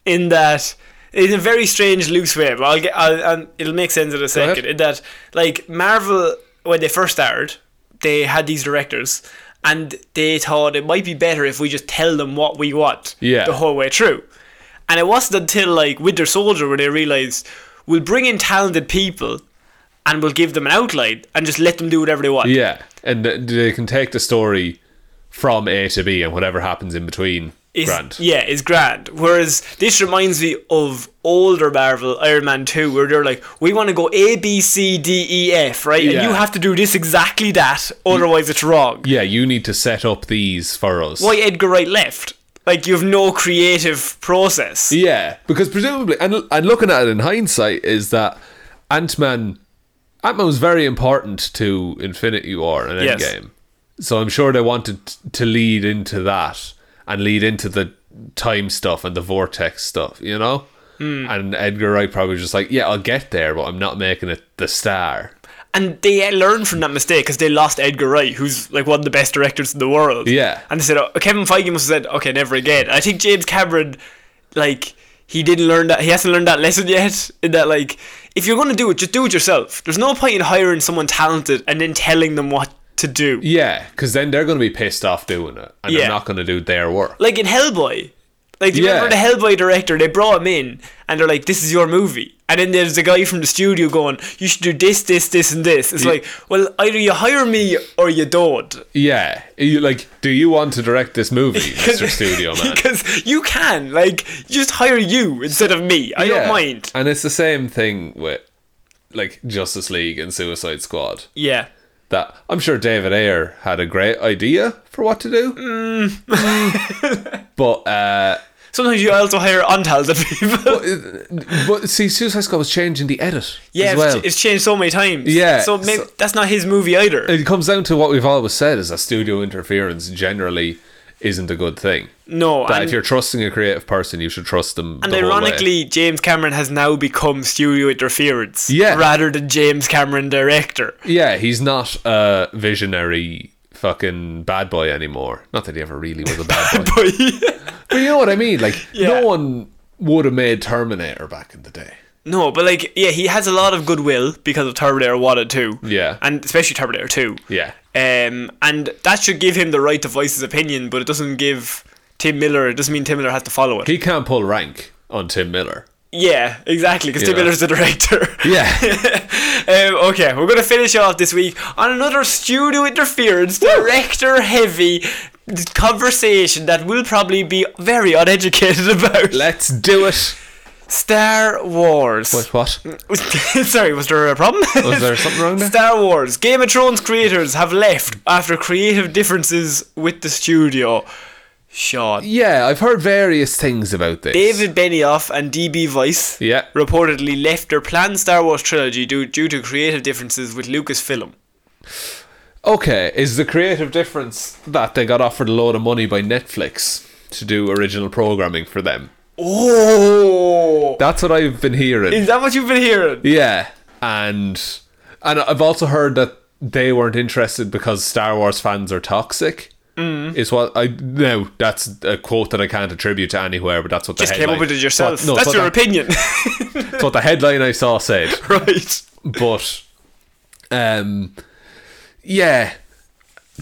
Speaker 1: in that. In a very strange, loose way, but I'll get, I'll, and it'll make sense in a
Speaker 2: ahead.
Speaker 1: second. In that, like Marvel, when they first started, they had these directors, and they thought it might be better if we just tell them what we want
Speaker 2: Yeah.
Speaker 1: the whole way through. And it wasn't until like Winter Soldier where they realized we'll bring in talented people, and we'll give them an outline and just let them do whatever they want.
Speaker 2: yeah. And th- they can take the story from A to B, and whatever happens in between,
Speaker 1: is
Speaker 2: grand.
Speaker 1: yeah is grand whereas this reminds me of older marvel iron man 2 where they're like we want to go a b c d e f right and you
Speaker 2: Yeah.
Speaker 1: have to do this exactly that otherwise it's wrong
Speaker 2: Yeah, you need to set up these for us.
Speaker 1: why edgar wright left like you have no creative process
Speaker 2: Yeah, because presumably, and and looking at it in hindsight, is that Ant Man, Ant Man was very important to Infinity War and
Speaker 1: Yes.
Speaker 2: Endgame, so I'm sure they wanted t- to lead into that and lead into the time stuff and the vortex stuff, you know.
Speaker 1: Hmm.
Speaker 2: And Edgar Wright probably was just like, yeah, I'll get there, but I'm not making it the star.
Speaker 1: and they learned from that mistake because they lost edgar wright who's like one of the best directors in the world
Speaker 2: Yeah.
Speaker 1: and they said oh, kevin feige must have said okay never again i think james cameron like he didn't learn that he hasn't learned that lesson yet in that like if you're going to do it just do it yourself there's no point in hiring someone talented and then telling them what to do
Speaker 2: Yeah, because then they're going to be pissed off doing it, and
Speaker 1: Yeah.
Speaker 2: they're not going to do their work.
Speaker 1: like in hellboy like do you
Speaker 2: Yeah.
Speaker 1: remember the hellboy director they brought him in and they're like this is your movie and then there's a guy from the studio going you should do this this this and this it's like well either you hire me or you don't
Speaker 2: Yeah, you, like, do you want to direct this movie, Mr. Studio Man?
Speaker 1: Because you can, like, just hire you instead of me. I don't
Speaker 2: Yeah.
Speaker 1: mind.
Speaker 2: And it's the same thing with like Justice League and Suicide Squad.
Speaker 1: Yeah.
Speaker 2: That I'm sure David Ayer had a great idea for what to do.
Speaker 1: Mm.
Speaker 2: but uh
Speaker 1: Sometimes you also hire untalented people.
Speaker 2: but see Suicide Squad was changing the edit
Speaker 1: yeah,
Speaker 2: as
Speaker 1: it's-
Speaker 2: well.
Speaker 1: it's changed so many times.
Speaker 2: Yeah,
Speaker 1: So maybe
Speaker 2: so- Uh,
Speaker 1: that's not his movie either.
Speaker 2: it comes down to what we've always said is that studio interference generally isn't a good thing.
Speaker 1: no.
Speaker 2: That if
Speaker 1: And,
Speaker 2: you're trusting a creative person, you should trust them.
Speaker 1: and
Speaker 2: the whole way.
Speaker 1: ironically, James Cameron has now become studio interference.
Speaker 2: Yeah.
Speaker 1: Rather than James Cameron director.
Speaker 2: Yeah, he's not a visionary fucking bad boy anymore. Not that he ever really was a bad boy.
Speaker 1: But
Speaker 2: But you know what I mean? Like,
Speaker 1: Yeah.
Speaker 2: no one would have made Terminator back in the day.
Speaker 1: no, but like, yeah, he has a lot of goodwill because of Terminator 1 and 2.
Speaker 2: Yeah.
Speaker 1: And especially Terminator 2.
Speaker 2: Yeah.
Speaker 1: Um, and that should give him the right to voice his opinion, but it doesn't give Tim Miller. It doesn't mean Tim Miller has to follow it.
Speaker 2: He can't pull rank on Tim Miller.
Speaker 1: yeah, exactly, because Tim
Speaker 2: Yeah.
Speaker 1: Miller's the director.
Speaker 2: Yeah.
Speaker 1: um, okay, we're gonna finish off this week on another studio interference, director-heavy conversation that we'll probably be very uneducated about.
Speaker 2: Let's do it.
Speaker 1: Star Wars.
Speaker 2: What? What?
Speaker 1: Sorry, was there a problem?
Speaker 2: Was there something wrong there?
Speaker 1: Star Wars. Game of Thrones creators have left after creative differences with the studio. Sean.
Speaker 2: Yeah, I've heard various things about this.
Speaker 1: David Benioff and DB Weiss
Speaker 2: Yeah.
Speaker 1: reportedly left their planned Star Wars trilogy due, due to creative differences with Lucasfilm.
Speaker 2: Okay, is the creative difference that they got offered a load of money by Netflix to do original programming for them?
Speaker 1: Oh!
Speaker 2: That's what I've been hearing.
Speaker 1: Is that what you've been hearing?
Speaker 2: Yeah, and and I've also heard that they weren't interested because Star Wars fans are toxic. Mm. Is what I no. That's a quote that I can't attribute to anywhere, but that's what
Speaker 1: Just
Speaker 2: the
Speaker 1: came
Speaker 2: headline,
Speaker 1: up with it yourself.
Speaker 2: What, no,
Speaker 1: That's
Speaker 2: it's
Speaker 1: your
Speaker 2: what
Speaker 1: opinion.
Speaker 2: the- it's what the headline I saw said.
Speaker 1: right.
Speaker 2: But um, yeah,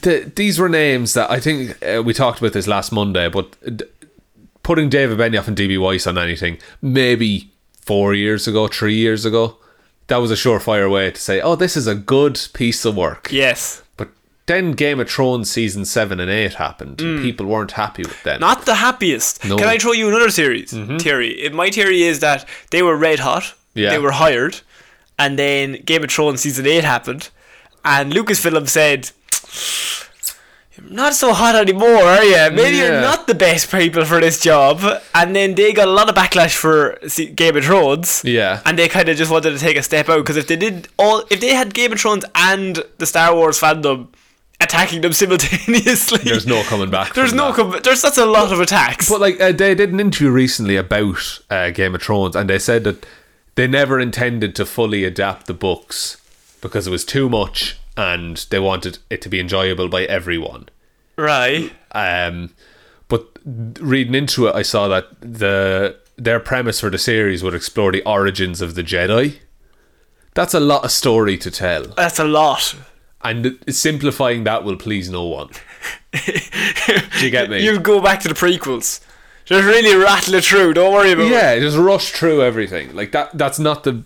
Speaker 2: the, these were names that I think uh, we talked about this last Monday, but. D- putting David Benioff and DB Weiss on anything, maybe four years ago, three years ago, that was a surefire way to say, oh, this is a good piece of work.
Speaker 1: Yes.
Speaker 2: But then Game of Thrones season seven and eight happened, and people weren't happy with them.
Speaker 1: Mm. Not the happiest.
Speaker 2: No. Mm-hmm.
Speaker 1: Can I throw you another theories? Theory. It- My theory is that they were red hot.
Speaker 2: Yeah.
Speaker 1: They were hired, and then Game of Thrones season eight happened, and Lucasfilm said, "You're not so hot anymore, are you? Maybe you're
Speaker 2: Yeah.
Speaker 1: not the best people for this job." And then they got a lot of backlash for se- Game of Thrones.
Speaker 2: Yeah.
Speaker 1: And they kind of just wanted to take a step out because if they did all, if they had Game of Thrones and the Star Wars fandom attacking them simultaneously,
Speaker 2: There's no coming back.
Speaker 1: there's
Speaker 2: from
Speaker 1: no
Speaker 2: that.
Speaker 1: com- there's that's a lot of attacks.
Speaker 2: But like uh, they did an interview recently about uh, Game of Thrones, and they said that they never intended to fully adapt the books because it was too much, and they wanted it to be enjoyable by everyone.
Speaker 1: right.
Speaker 2: Um, but reading into it, I saw that the their premise for the series would explore the origins of the Jedi. That's a lot of story to tell,
Speaker 1: That's a lot.
Speaker 2: and simplifying that will please no one. Do you get me?
Speaker 1: You go back to the prequels. Just really rattle it through. Don't worry about it.
Speaker 2: Yeah, just rush through everything. Like that. That's not the.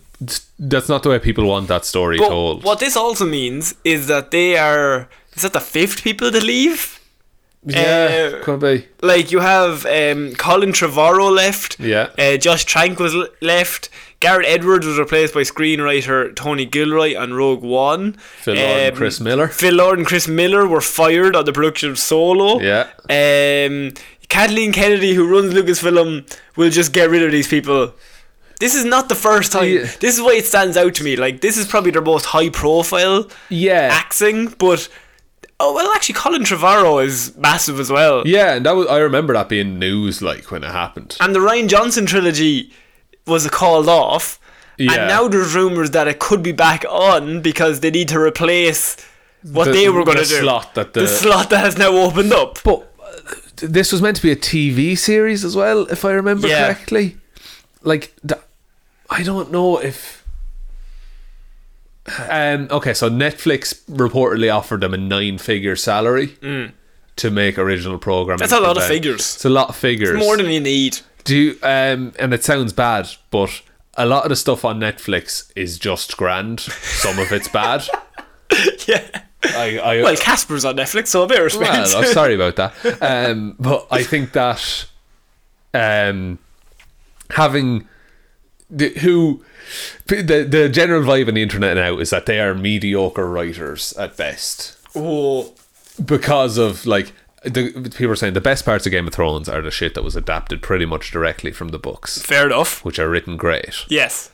Speaker 2: That's not the way people want that story
Speaker 1: But
Speaker 2: told.
Speaker 1: what this also means is that they are. Is that the fifth people to leave?
Speaker 2: yeah,
Speaker 1: uh,
Speaker 2: could be.
Speaker 1: Like you have um, Colin Trevorrow left.
Speaker 2: Yeah.
Speaker 1: Uh, Josh Trank was l- left. Garrett Edwards was replaced by screenwriter Tony Gilroy on Rogue One. Um,
Speaker 2: Phil Lord and Chris Miller.
Speaker 1: Phil Lord and Chris Miller were fired on the production of Solo.
Speaker 2: Yeah.
Speaker 1: Um, Kathleen Kennedy, who runs Lucasfilm, will just get rid of these people. This is not the first time.
Speaker 2: Yeah.
Speaker 1: This is why it stands out to me. Like this is probably their most high-profile
Speaker 2: Yeah.
Speaker 1: axing, but oh well, actually, Colin Trevorrow is massive as well.
Speaker 2: Yeah, and that was. I remember that being news, like when it happened.
Speaker 1: And the Ryan Johnson trilogy was called off.
Speaker 2: Yeah.
Speaker 1: And now there's rumors that it could be back on because they need to replace what
Speaker 2: The-
Speaker 1: they were going to
Speaker 2: the
Speaker 1: do.
Speaker 2: slot that the-
Speaker 1: the slot that has now opened up.
Speaker 2: But uh, this was meant to be a TV series as well, if I remember
Speaker 1: Yeah.
Speaker 2: correctly. Like, th- I don't know if. Um, okay, so Netflix reportedly offered them a nine-figure salary to make original programming.
Speaker 1: Mm. That's a
Speaker 2: for
Speaker 1: lot of
Speaker 2: them.
Speaker 1: figures.
Speaker 2: It's a lot of figures.
Speaker 1: More than you need.
Speaker 2: Do you, um, and it sounds bad, but a lot of the stuff on Netflix is just grand. Some of it's bad.
Speaker 1: yeah.
Speaker 2: I, I,
Speaker 1: Well, Casper's on Netflix, so a bit of respect.
Speaker 2: Well, I'm sorry about that. Um, but I think that um, having the, who the the general vibe on the internet now is that they are mediocre writers at best
Speaker 1: oh,
Speaker 2: because of like the people are saying the best parts of Game of Thrones are the shit that was adapted pretty much directly from the books,
Speaker 1: fair enough.
Speaker 2: which are written great,
Speaker 1: Yes.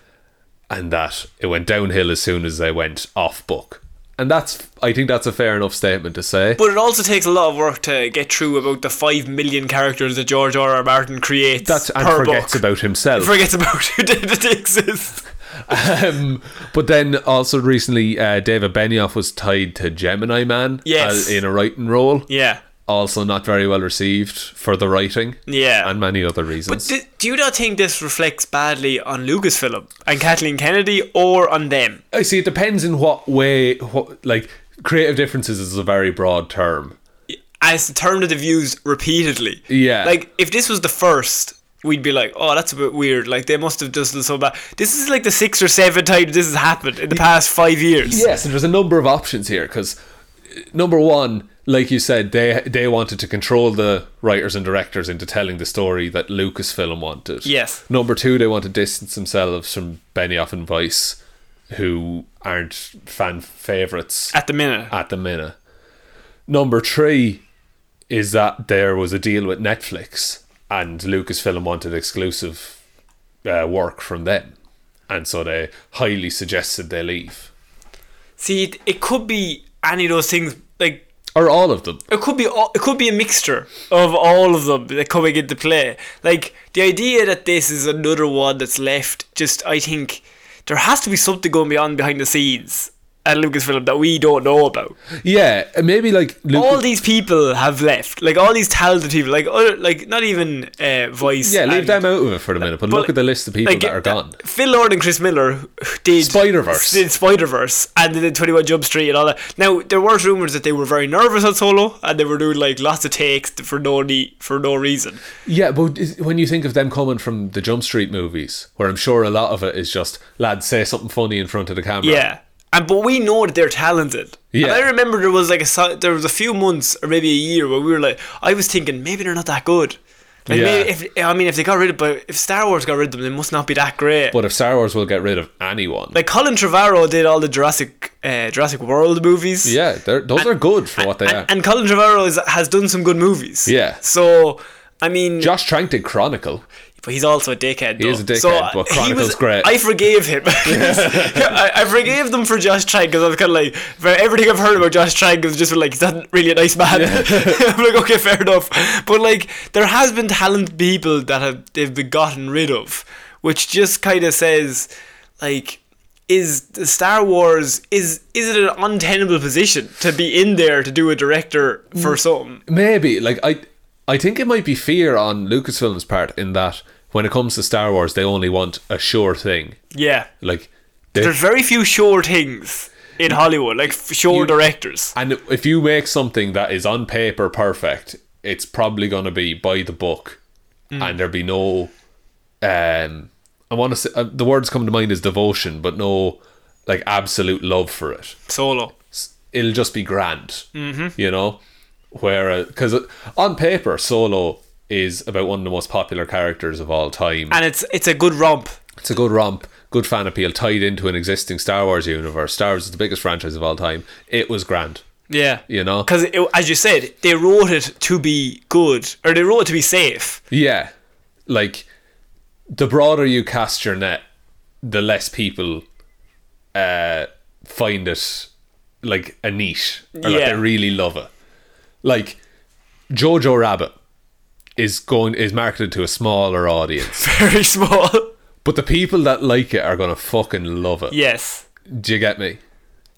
Speaker 2: and that it went downhill as soon as they went off book. And that's I think that's a fair enough statement to say.
Speaker 1: But it also takes a lot of work to get through about the 5 million characters that George R. R. Martin creates
Speaker 2: That's and
Speaker 1: per
Speaker 2: forgets
Speaker 1: book.
Speaker 2: about himself.
Speaker 1: Forgets about who did it exist.
Speaker 2: Um, but then also recently, uh, David Benioff was tied to Gemini Man
Speaker 1: Yes.
Speaker 2: uh, in a writing role.
Speaker 1: Yeah.
Speaker 2: Also, not very well received for the writing
Speaker 1: Yeah.
Speaker 2: and many other
Speaker 1: But
Speaker 2: reasons.
Speaker 1: do, do you not think this reflects badly on Lucasfilm and Kathleen Kennedy or on them?
Speaker 2: I see. It depends in what way. What like creative differences is a very broad term.
Speaker 1: As the term that they've used repeatedly.
Speaker 2: Yeah.
Speaker 1: Like, if this was the first, we'd be like, oh, that's a bit weird. Like, they must have just done so bad. This is like the six or seven times this has happened in the past five years.
Speaker 2: Yes, and there's a number of options here because number one, like you said, they they wanted to control the writers and directors into telling the story that Lucasfilm wanted.
Speaker 1: Yes.
Speaker 2: Number two, they want to distance themselves from Benioff and Weiss, who aren't fan favorites
Speaker 1: At the minute.
Speaker 2: at the minute. Number three is that there was a deal with Netflix and Lucasfilm wanted exclusive uh, work from them, and so they highly suggested they leave.
Speaker 1: See, it, it could be any of those things. Like
Speaker 2: or all of them.
Speaker 1: it could be all, it could be a mixture of all of them that coming into play. Like the idea that this is another one that's left. Just I think there has to be something going on behind the scenes at Lucasfilm that we don't know about.
Speaker 2: Yeah, and maybe like Lucas,
Speaker 1: all these people have left. Like all these talented people, like other, like not even uh, voice.
Speaker 2: yeah,
Speaker 1: and-
Speaker 2: leave them out of it for the minute. But,
Speaker 1: but,
Speaker 2: look at the list of people
Speaker 1: like, uh,
Speaker 2: that are gone.
Speaker 1: Phil Lord and Chris Miller did
Speaker 2: Spider-Verse.
Speaker 1: did Spider Verse, and they did Twenty One Jump Street and all that. Now there were rumors that they were very nervous on Solo, and they were doing like lots of takes for no need, for no reason.
Speaker 2: Yeah, but is, when you think of them coming from the Jump Street movies, where I'm sure a lot of it is just lads say something funny in front of the camera.
Speaker 1: Yeah. And but we know that they're talented. And
Speaker 2: Yeah.
Speaker 1: I remember there was like a so- there was a few months or maybe a year where we were like, I was thinking maybe they're not that good. Like
Speaker 2: Yeah.
Speaker 1: maybe if I mean if they got rid of but if Star Wars got rid of them, they must not be that great.
Speaker 2: But if Star Wars will get rid of anyone,
Speaker 1: like Colin Trevorrow did all the Jurassic uh, Jurassic World movies.
Speaker 2: yeah, they're, those are good for what they are.
Speaker 1: And, and Colin Trevorrow is, has done some good movies.
Speaker 2: Yeah.
Speaker 1: So I mean,
Speaker 2: Josh Trank did Chronicle.
Speaker 1: but he's also a dickhead. He
Speaker 2: is a dickhead, but
Speaker 1: he was,
Speaker 2: Chronicle's great.
Speaker 1: I forgave him. I, I forgave them for Josh Trank because I was kind of like, for everything I've heard about Josh Trank is just like he's not really a nice man. I'm like, okay, fair enough. But like, there has been talented people that have they've been gotten rid of, which just kind of says, like. Is the Star Wars is is it an untenable position to be in there to do a director
Speaker 2: Mm.
Speaker 1: for something?
Speaker 2: Maybe like I, I think it might be fear on Lucasfilm's part in that when it comes to Star Wars, they only want a sure thing.
Speaker 1: Yeah,
Speaker 2: Like, they,
Speaker 1: there's very few sure things in Hollywood, like f- sure directors.
Speaker 2: and if you make something that is on paper perfect, it's probably going to be by the book, and there will be no. Um, I want to say uh, the words come to mind is devotion, but no, like absolute love for it.
Speaker 1: Solo.
Speaker 2: it'll just be grand, mm-hmm. you know. Whereas, because uh, on paper, Solo is about one of the most popular characters of all time.
Speaker 1: And it's it's a good romp.
Speaker 2: It's a good romp, good fan appeal, tied into an existing Star Wars universe. Star Wars is the biggest franchise of all time. It was grand,
Speaker 1: Yeah.
Speaker 2: you know.
Speaker 1: Because as you said, they wrote it to be good, or they wrote it to be safe.
Speaker 2: Yeah, like the broader you cast your net, the less people uh, find it like a niche or like
Speaker 1: Yeah.
Speaker 2: they really love it. Like Jojo Rabbit is going is marketed to a smaller audience,
Speaker 1: Very small.
Speaker 2: but the people that like it are gonna fucking love it.
Speaker 1: yes.
Speaker 2: Do you get me?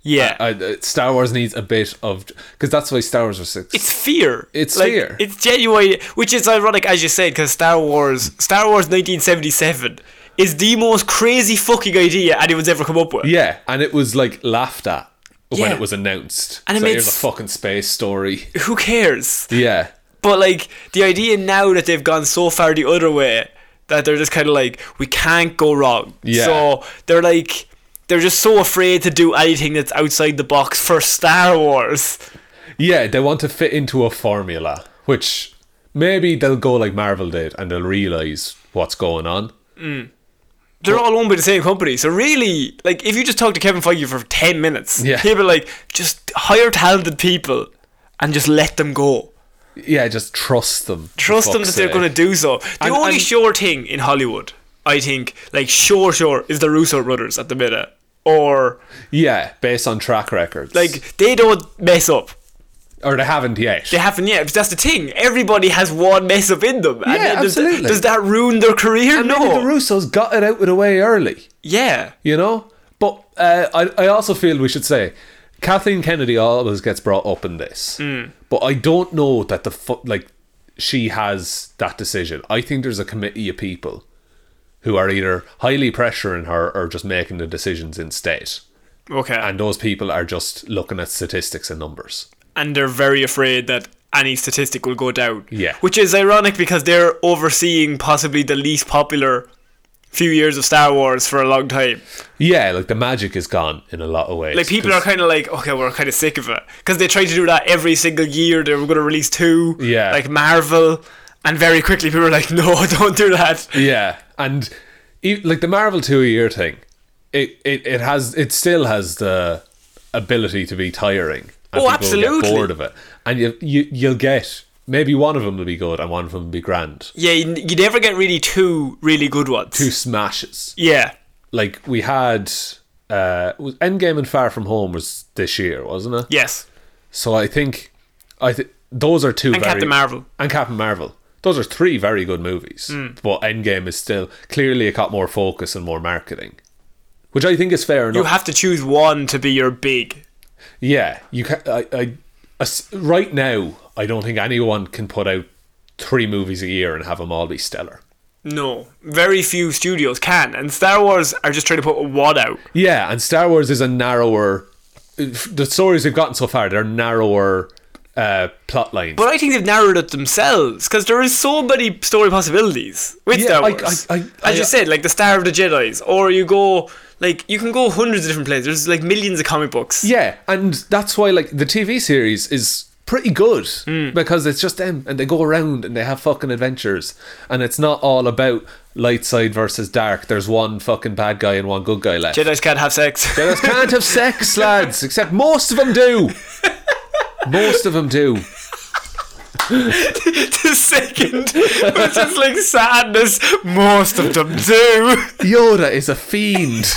Speaker 1: Yeah.
Speaker 2: I, uh, Star Wars needs a bit of because that's why Star Wars was six.
Speaker 1: it's fear.
Speaker 2: It's
Speaker 1: Like,
Speaker 2: fear.
Speaker 1: It's genuine, which is ironic, as you said, because Star Wars, Star Wars 1977, is the most crazy fucking idea anyone's ever come up with.
Speaker 2: yeah, and it was like laughed at when
Speaker 1: Yeah.
Speaker 2: it was announced.
Speaker 1: And it
Speaker 2: so
Speaker 1: made
Speaker 2: here's a
Speaker 1: s-
Speaker 2: fucking space story.
Speaker 1: Who cares?
Speaker 2: Yeah.
Speaker 1: But like the idea now that they've gone so far the other way that they're just kind of like we can't go wrong.
Speaker 2: Yeah.
Speaker 1: So they're like they're just so afraid to do anything that's outside the box for Star Wars.
Speaker 2: Yeah, they want to fit into a formula, which maybe they'll go like Marvel did and they'll realize what's going on.
Speaker 1: They're all owned by the same company. So really, like if you just talk to Kevin Feige for 10 minutes,
Speaker 2: Yeah.
Speaker 1: he'll be like just hire talented people and just let them go.
Speaker 2: Yeah, just trust them. for
Speaker 1: Trust them
Speaker 2: fuck's
Speaker 1: that they're
Speaker 2: sake.
Speaker 1: going to do so. The
Speaker 2: And-
Speaker 1: only
Speaker 2: and-
Speaker 1: sure thing in Hollywood, I think, like sure sure is the Russo brothers at the minute or
Speaker 2: Yeah, based on track records.
Speaker 1: Like they don't mess up.
Speaker 2: or they haven't yet.
Speaker 1: They haven't yet. But that's the thing. Everybody has one mess up in them. And
Speaker 2: Yeah,
Speaker 1: then does, that-
Speaker 2: absolutely.
Speaker 1: does that ruin their career?
Speaker 2: And maybe
Speaker 1: no.
Speaker 2: the Russos got it out of the way early,
Speaker 1: yeah.
Speaker 2: you know? But uh, I, I also feel we should say Kathleen Kennedy always gets brought up in this.
Speaker 1: Mm.
Speaker 2: But I don't know that the, fu- like, she has that decision. I think there's a committee of people who are either highly pressuring her or just making the decisions instead.
Speaker 1: Okay. And,
Speaker 2: And those people are just looking at statistics and numbers.
Speaker 1: they're very afraid that any statistic will go down.
Speaker 2: Yeah.
Speaker 1: Which is ironic because they're overseeing possibly the least popular few years of Star Wars for a long time.
Speaker 2: Yeah, like the magic is gone in a lot of ways.
Speaker 1: Like people
Speaker 2: 'cause-
Speaker 1: are kind of like, okay, we're kind of sick of it because they try to do that every single year. They were going to release two.
Speaker 2: Yeah.
Speaker 1: Like Marvel, and very quickly people were like, no, don't do that.
Speaker 2: Yeah, and e- like the Marvel two year thing, it, it it has it still has the ability to be tiring.
Speaker 1: Oh,
Speaker 2: And people will
Speaker 1: absolutely.
Speaker 2: Get bored of it, and you you you'll get maybe one of them will be good and one of them will be grand.
Speaker 1: Yeah, you, you never get really two really good ones.
Speaker 2: Two smashes.
Speaker 1: Yeah.
Speaker 2: Like we had. Uh, was Endgame and Far From Home was this year, wasn't it?
Speaker 1: Yes.
Speaker 2: So I think, I th- those are two
Speaker 1: And
Speaker 2: very
Speaker 1: Captain Marvel. Hmm.
Speaker 2: and Captain Marvel. Those are three very good movies, but Endgame is still clearly it got more focus and more marketing, which I think is fair enough.
Speaker 1: You have to choose one to be your big.
Speaker 2: Yeah, you can. I, I- a s- right now, I don't think anyone can put out three movies a year and have them all be stellar.
Speaker 1: No, very few studios can, and Star Wars are just trying to put a wad out.
Speaker 2: Yeah, and Star Wars is a narrower. uh, The stories we've gotten so far, they're narrower uh, plot lines.
Speaker 1: But I think they've narrowed it themselves because there is so many story possibilities with
Speaker 2: Yeah,
Speaker 1: Star
Speaker 2: I-
Speaker 1: Wars.
Speaker 2: I- I- I-
Speaker 1: As you said, like the Star of the Jedi's, or you go like you can go hundreds of different places. There's like millions of comic books.
Speaker 2: Yeah, and that's why like the TV series is pretty good because it's just them and they go around and they have fucking adventures and it's not all about light side versus dark. There's one fucking bad guy and one good guy left.
Speaker 1: Jedi's can't have sex.
Speaker 2: They just can't have sex, lads. Except most of them do. Most of them do.
Speaker 1: the second, which is like sadness. Most of them do.
Speaker 2: Yoda is a fiend.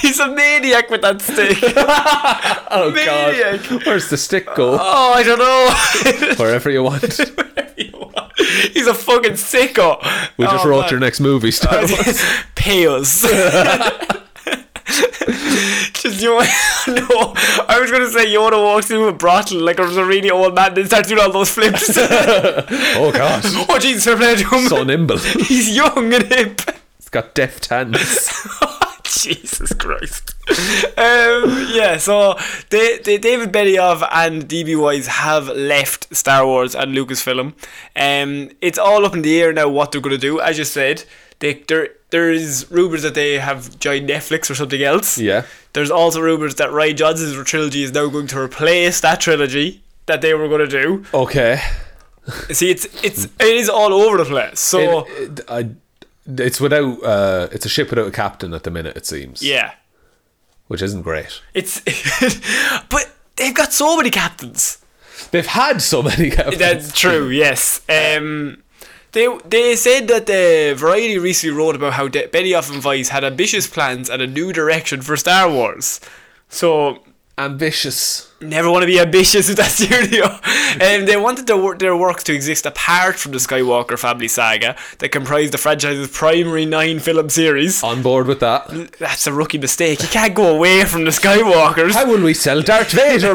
Speaker 1: He's a maniac with that stick.
Speaker 2: Oh
Speaker 1: Maniac.
Speaker 2: God, where's the stick go?
Speaker 1: Oh, I don't know.
Speaker 2: Wherever you want.
Speaker 1: He's a fucking sicko.
Speaker 2: We just
Speaker 1: Oh,
Speaker 2: wrote
Speaker 1: man.
Speaker 2: your next movie. Star Wars.
Speaker 1: Pay us. Just you no. I was gonna say Yoda walks into a brothel like I was a really old man and starts doing all those flips. oh
Speaker 2: Oh God,
Speaker 1: jeez, Sir Pledgeum.
Speaker 2: so nimble.
Speaker 1: He's young and hip.
Speaker 2: It's got deft hands.
Speaker 1: Jesus Christ. um, yeah, so they, they, David Benioff and DB Wise have left Star Wars and Lucasfilm. Um, it's all up in the air now what they're going to do. As you said, they, there there is rumours that they have joined Netflix or something else.
Speaker 2: Yeah.
Speaker 1: There's also rumours that Ryan Johnson's trilogy is now going to replace that trilogy that they were going to do.
Speaker 2: Okay.
Speaker 1: See, it's it's it is all over the place. So
Speaker 2: It- it- I- it's without. Uh, it's a ship without a captain at the minute. It seems.
Speaker 1: yeah,
Speaker 2: Which isn't great.
Speaker 1: it's but they've got so many captains.
Speaker 2: They've had so many captains.
Speaker 1: That's true. Yes. Um, they they said that the Variety recently wrote about how De- Benioff and Weiss had ambitious plans and a new direction for Star Wars. So
Speaker 2: Ambitious.
Speaker 1: never want to be ambitious with that studio. Um, they wanted their, wor- their works to exist apart from the Skywalker family saga that comprised the franchise's primary nine film series.
Speaker 2: On board with that.
Speaker 1: That's a rookie mistake. You can't go away from the Skywalkers.
Speaker 2: How will we sell Darth Vader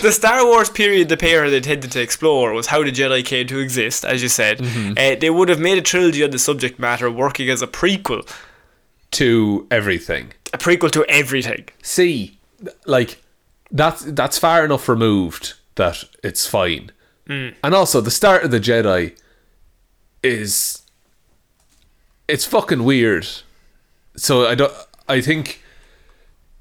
Speaker 1: the Star Wars period the pair had intended to explore was how the Jedi came to exist, as you said.
Speaker 2: Mm-hmm.
Speaker 1: Uh, they would have made a trilogy on the subject matter, working as a prequel,
Speaker 2: to everything.
Speaker 1: a prequel to everything.
Speaker 2: See, like that's that's far enough removed that it's fine.
Speaker 1: Mm.
Speaker 2: And also, the start of the Jedi is it's fucking weird. So I don't. I think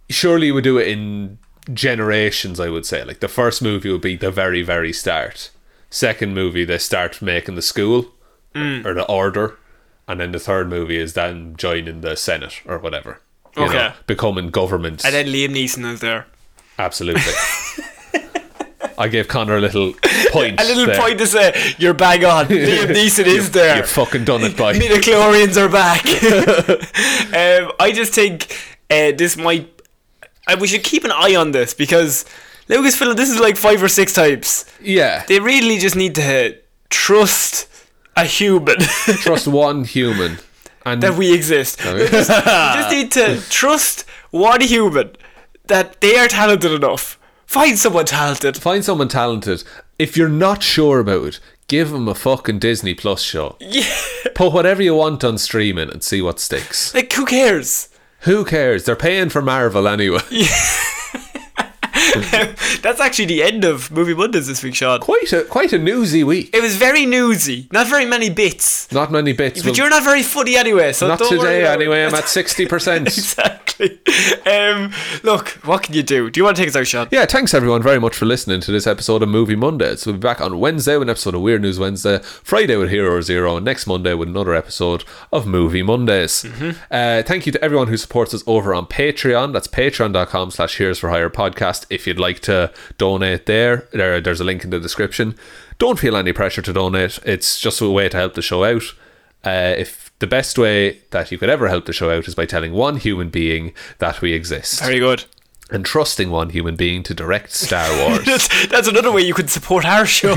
Speaker 2: surely you would do it in generations. I would say like the first movie would be the very very start. Second movie they start making the school
Speaker 1: Mm.
Speaker 2: or the order, and then the third movie is then joining the senate or whatever. you
Speaker 1: Okay.
Speaker 2: becoming government.
Speaker 1: And then Liam Neeson is there.
Speaker 2: Absolutely. I gave Connor a little point.
Speaker 1: A little
Speaker 2: there.
Speaker 1: point to say, you're bang on. Liam Neeson is there.
Speaker 2: You've fucking done it, boy.
Speaker 1: Midichlorians are back. um, I just think uh, this might. I, we should keep an eye on this because Lucasfilm, this is like five or six types.
Speaker 2: Yeah.
Speaker 1: They really just need to trust a human.
Speaker 2: Trust one human. And
Speaker 1: that we exist. We just, we just need to trust one human that they are talented enough. Find someone talented.
Speaker 2: find someone talented. If you're not sure about it, give them a fucking Disney Plus show.
Speaker 1: Yeah.
Speaker 2: Put whatever you want on streaming and see what sticks.
Speaker 1: Like who cares?
Speaker 2: Who cares? They're paying for Marvel anyway.
Speaker 1: That's actually the end of Movie Mondays this week, Sean.
Speaker 2: Quite a quite a newsy week.
Speaker 1: It was very newsy. Not very many bits.
Speaker 2: Not many bits.
Speaker 1: But
Speaker 2: will-
Speaker 1: you're not very funny anyway, so
Speaker 2: not
Speaker 1: don't worry
Speaker 2: today
Speaker 1: about it.
Speaker 2: anyway. I'm at sixty percent.
Speaker 1: exactly. Um, look, what can you do? Do you want to take us out, Sean?
Speaker 2: Yeah, thanks everyone very much for listening to this episode of Movie Mondays. We'll be back on Wednesday with an episode of Weird News Wednesday, Friday with Hero Zero, and next Monday with another episode of Movie Mondays. Uh, thank you to everyone who supports us over on Patreon. That's patreon.com slash Heroes for Hire podcast. If you'd like to donate there, there, there's a link in the description. Don't feel any pressure to donate. It's just a way to help the show out. Uh, if the best way that you could ever help the show out is by telling one human being that we exist.
Speaker 1: Very good.
Speaker 2: and trusting one human being to direct Star Wars.
Speaker 1: That's, that's another way you could support our show.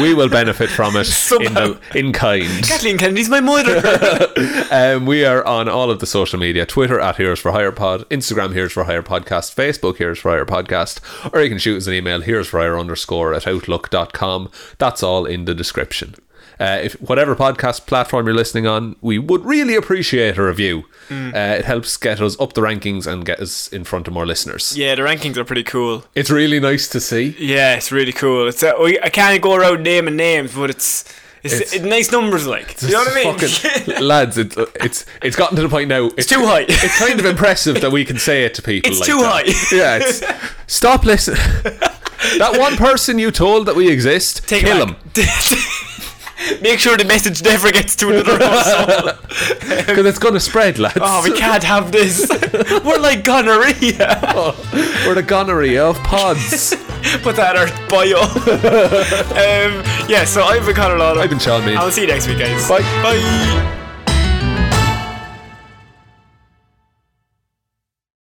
Speaker 2: we will benefit from it in, the, in kind.
Speaker 1: Kathleen Kennedy's my mother.
Speaker 2: Um, we are on all of the social media Twitter at Heroes for Hire Pod, Instagram Heroes for Hire Podcast, Facebook Heroes for Hire Podcast, or you can shoot us an email Heroes for Hire underscore at outlook.com. That's all in the description. Uh, if whatever podcast platform you're listening on, we would really appreciate a review. Uh, it helps get us up the rankings and get us in front of more listeners.
Speaker 1: yeah, the rankings are pretty cool.
Speaker 2: It's really nice to see.
Speaker 1: Yeah, it's really cool. It's uh, we- I can't go around naming names, but it's it's, it's, nice numbers, like you know what I mean.
Speaker 2: Fucking- lads, it, it's it's gotten to the point now. It's,
Speaker 1: too high.
Speaker 2: It's kind of impressive that we can say it to people.
Speaker 1: It's
Speaker 2: like
Speaker 1: too
Speaker 2: that.
Speaker 1: high.
Speaker 2: Yeah, it's, stop listening. that one person you told that we exist,
Speaker 1: Take
Speaker 2: kill
Speaker 1: him.
Speaker 2: him
Speaker 1: Make sure the message never gets to another household.
Speaker 2: because it's going to spread, lads.
Speaker 1: Oh, we can't have this. We're like gonorrhea.
Speaker 2: We're the gonorrhea of pods.
Speaker 1: Put that in our bio. um, yeah, so I've been Conor Lawler.
Speaker 2: I've been Sean Mead.
Speaker 1: I'll see you next week, guys.
Speaker 2: Bye.
Speaker 1: Bye.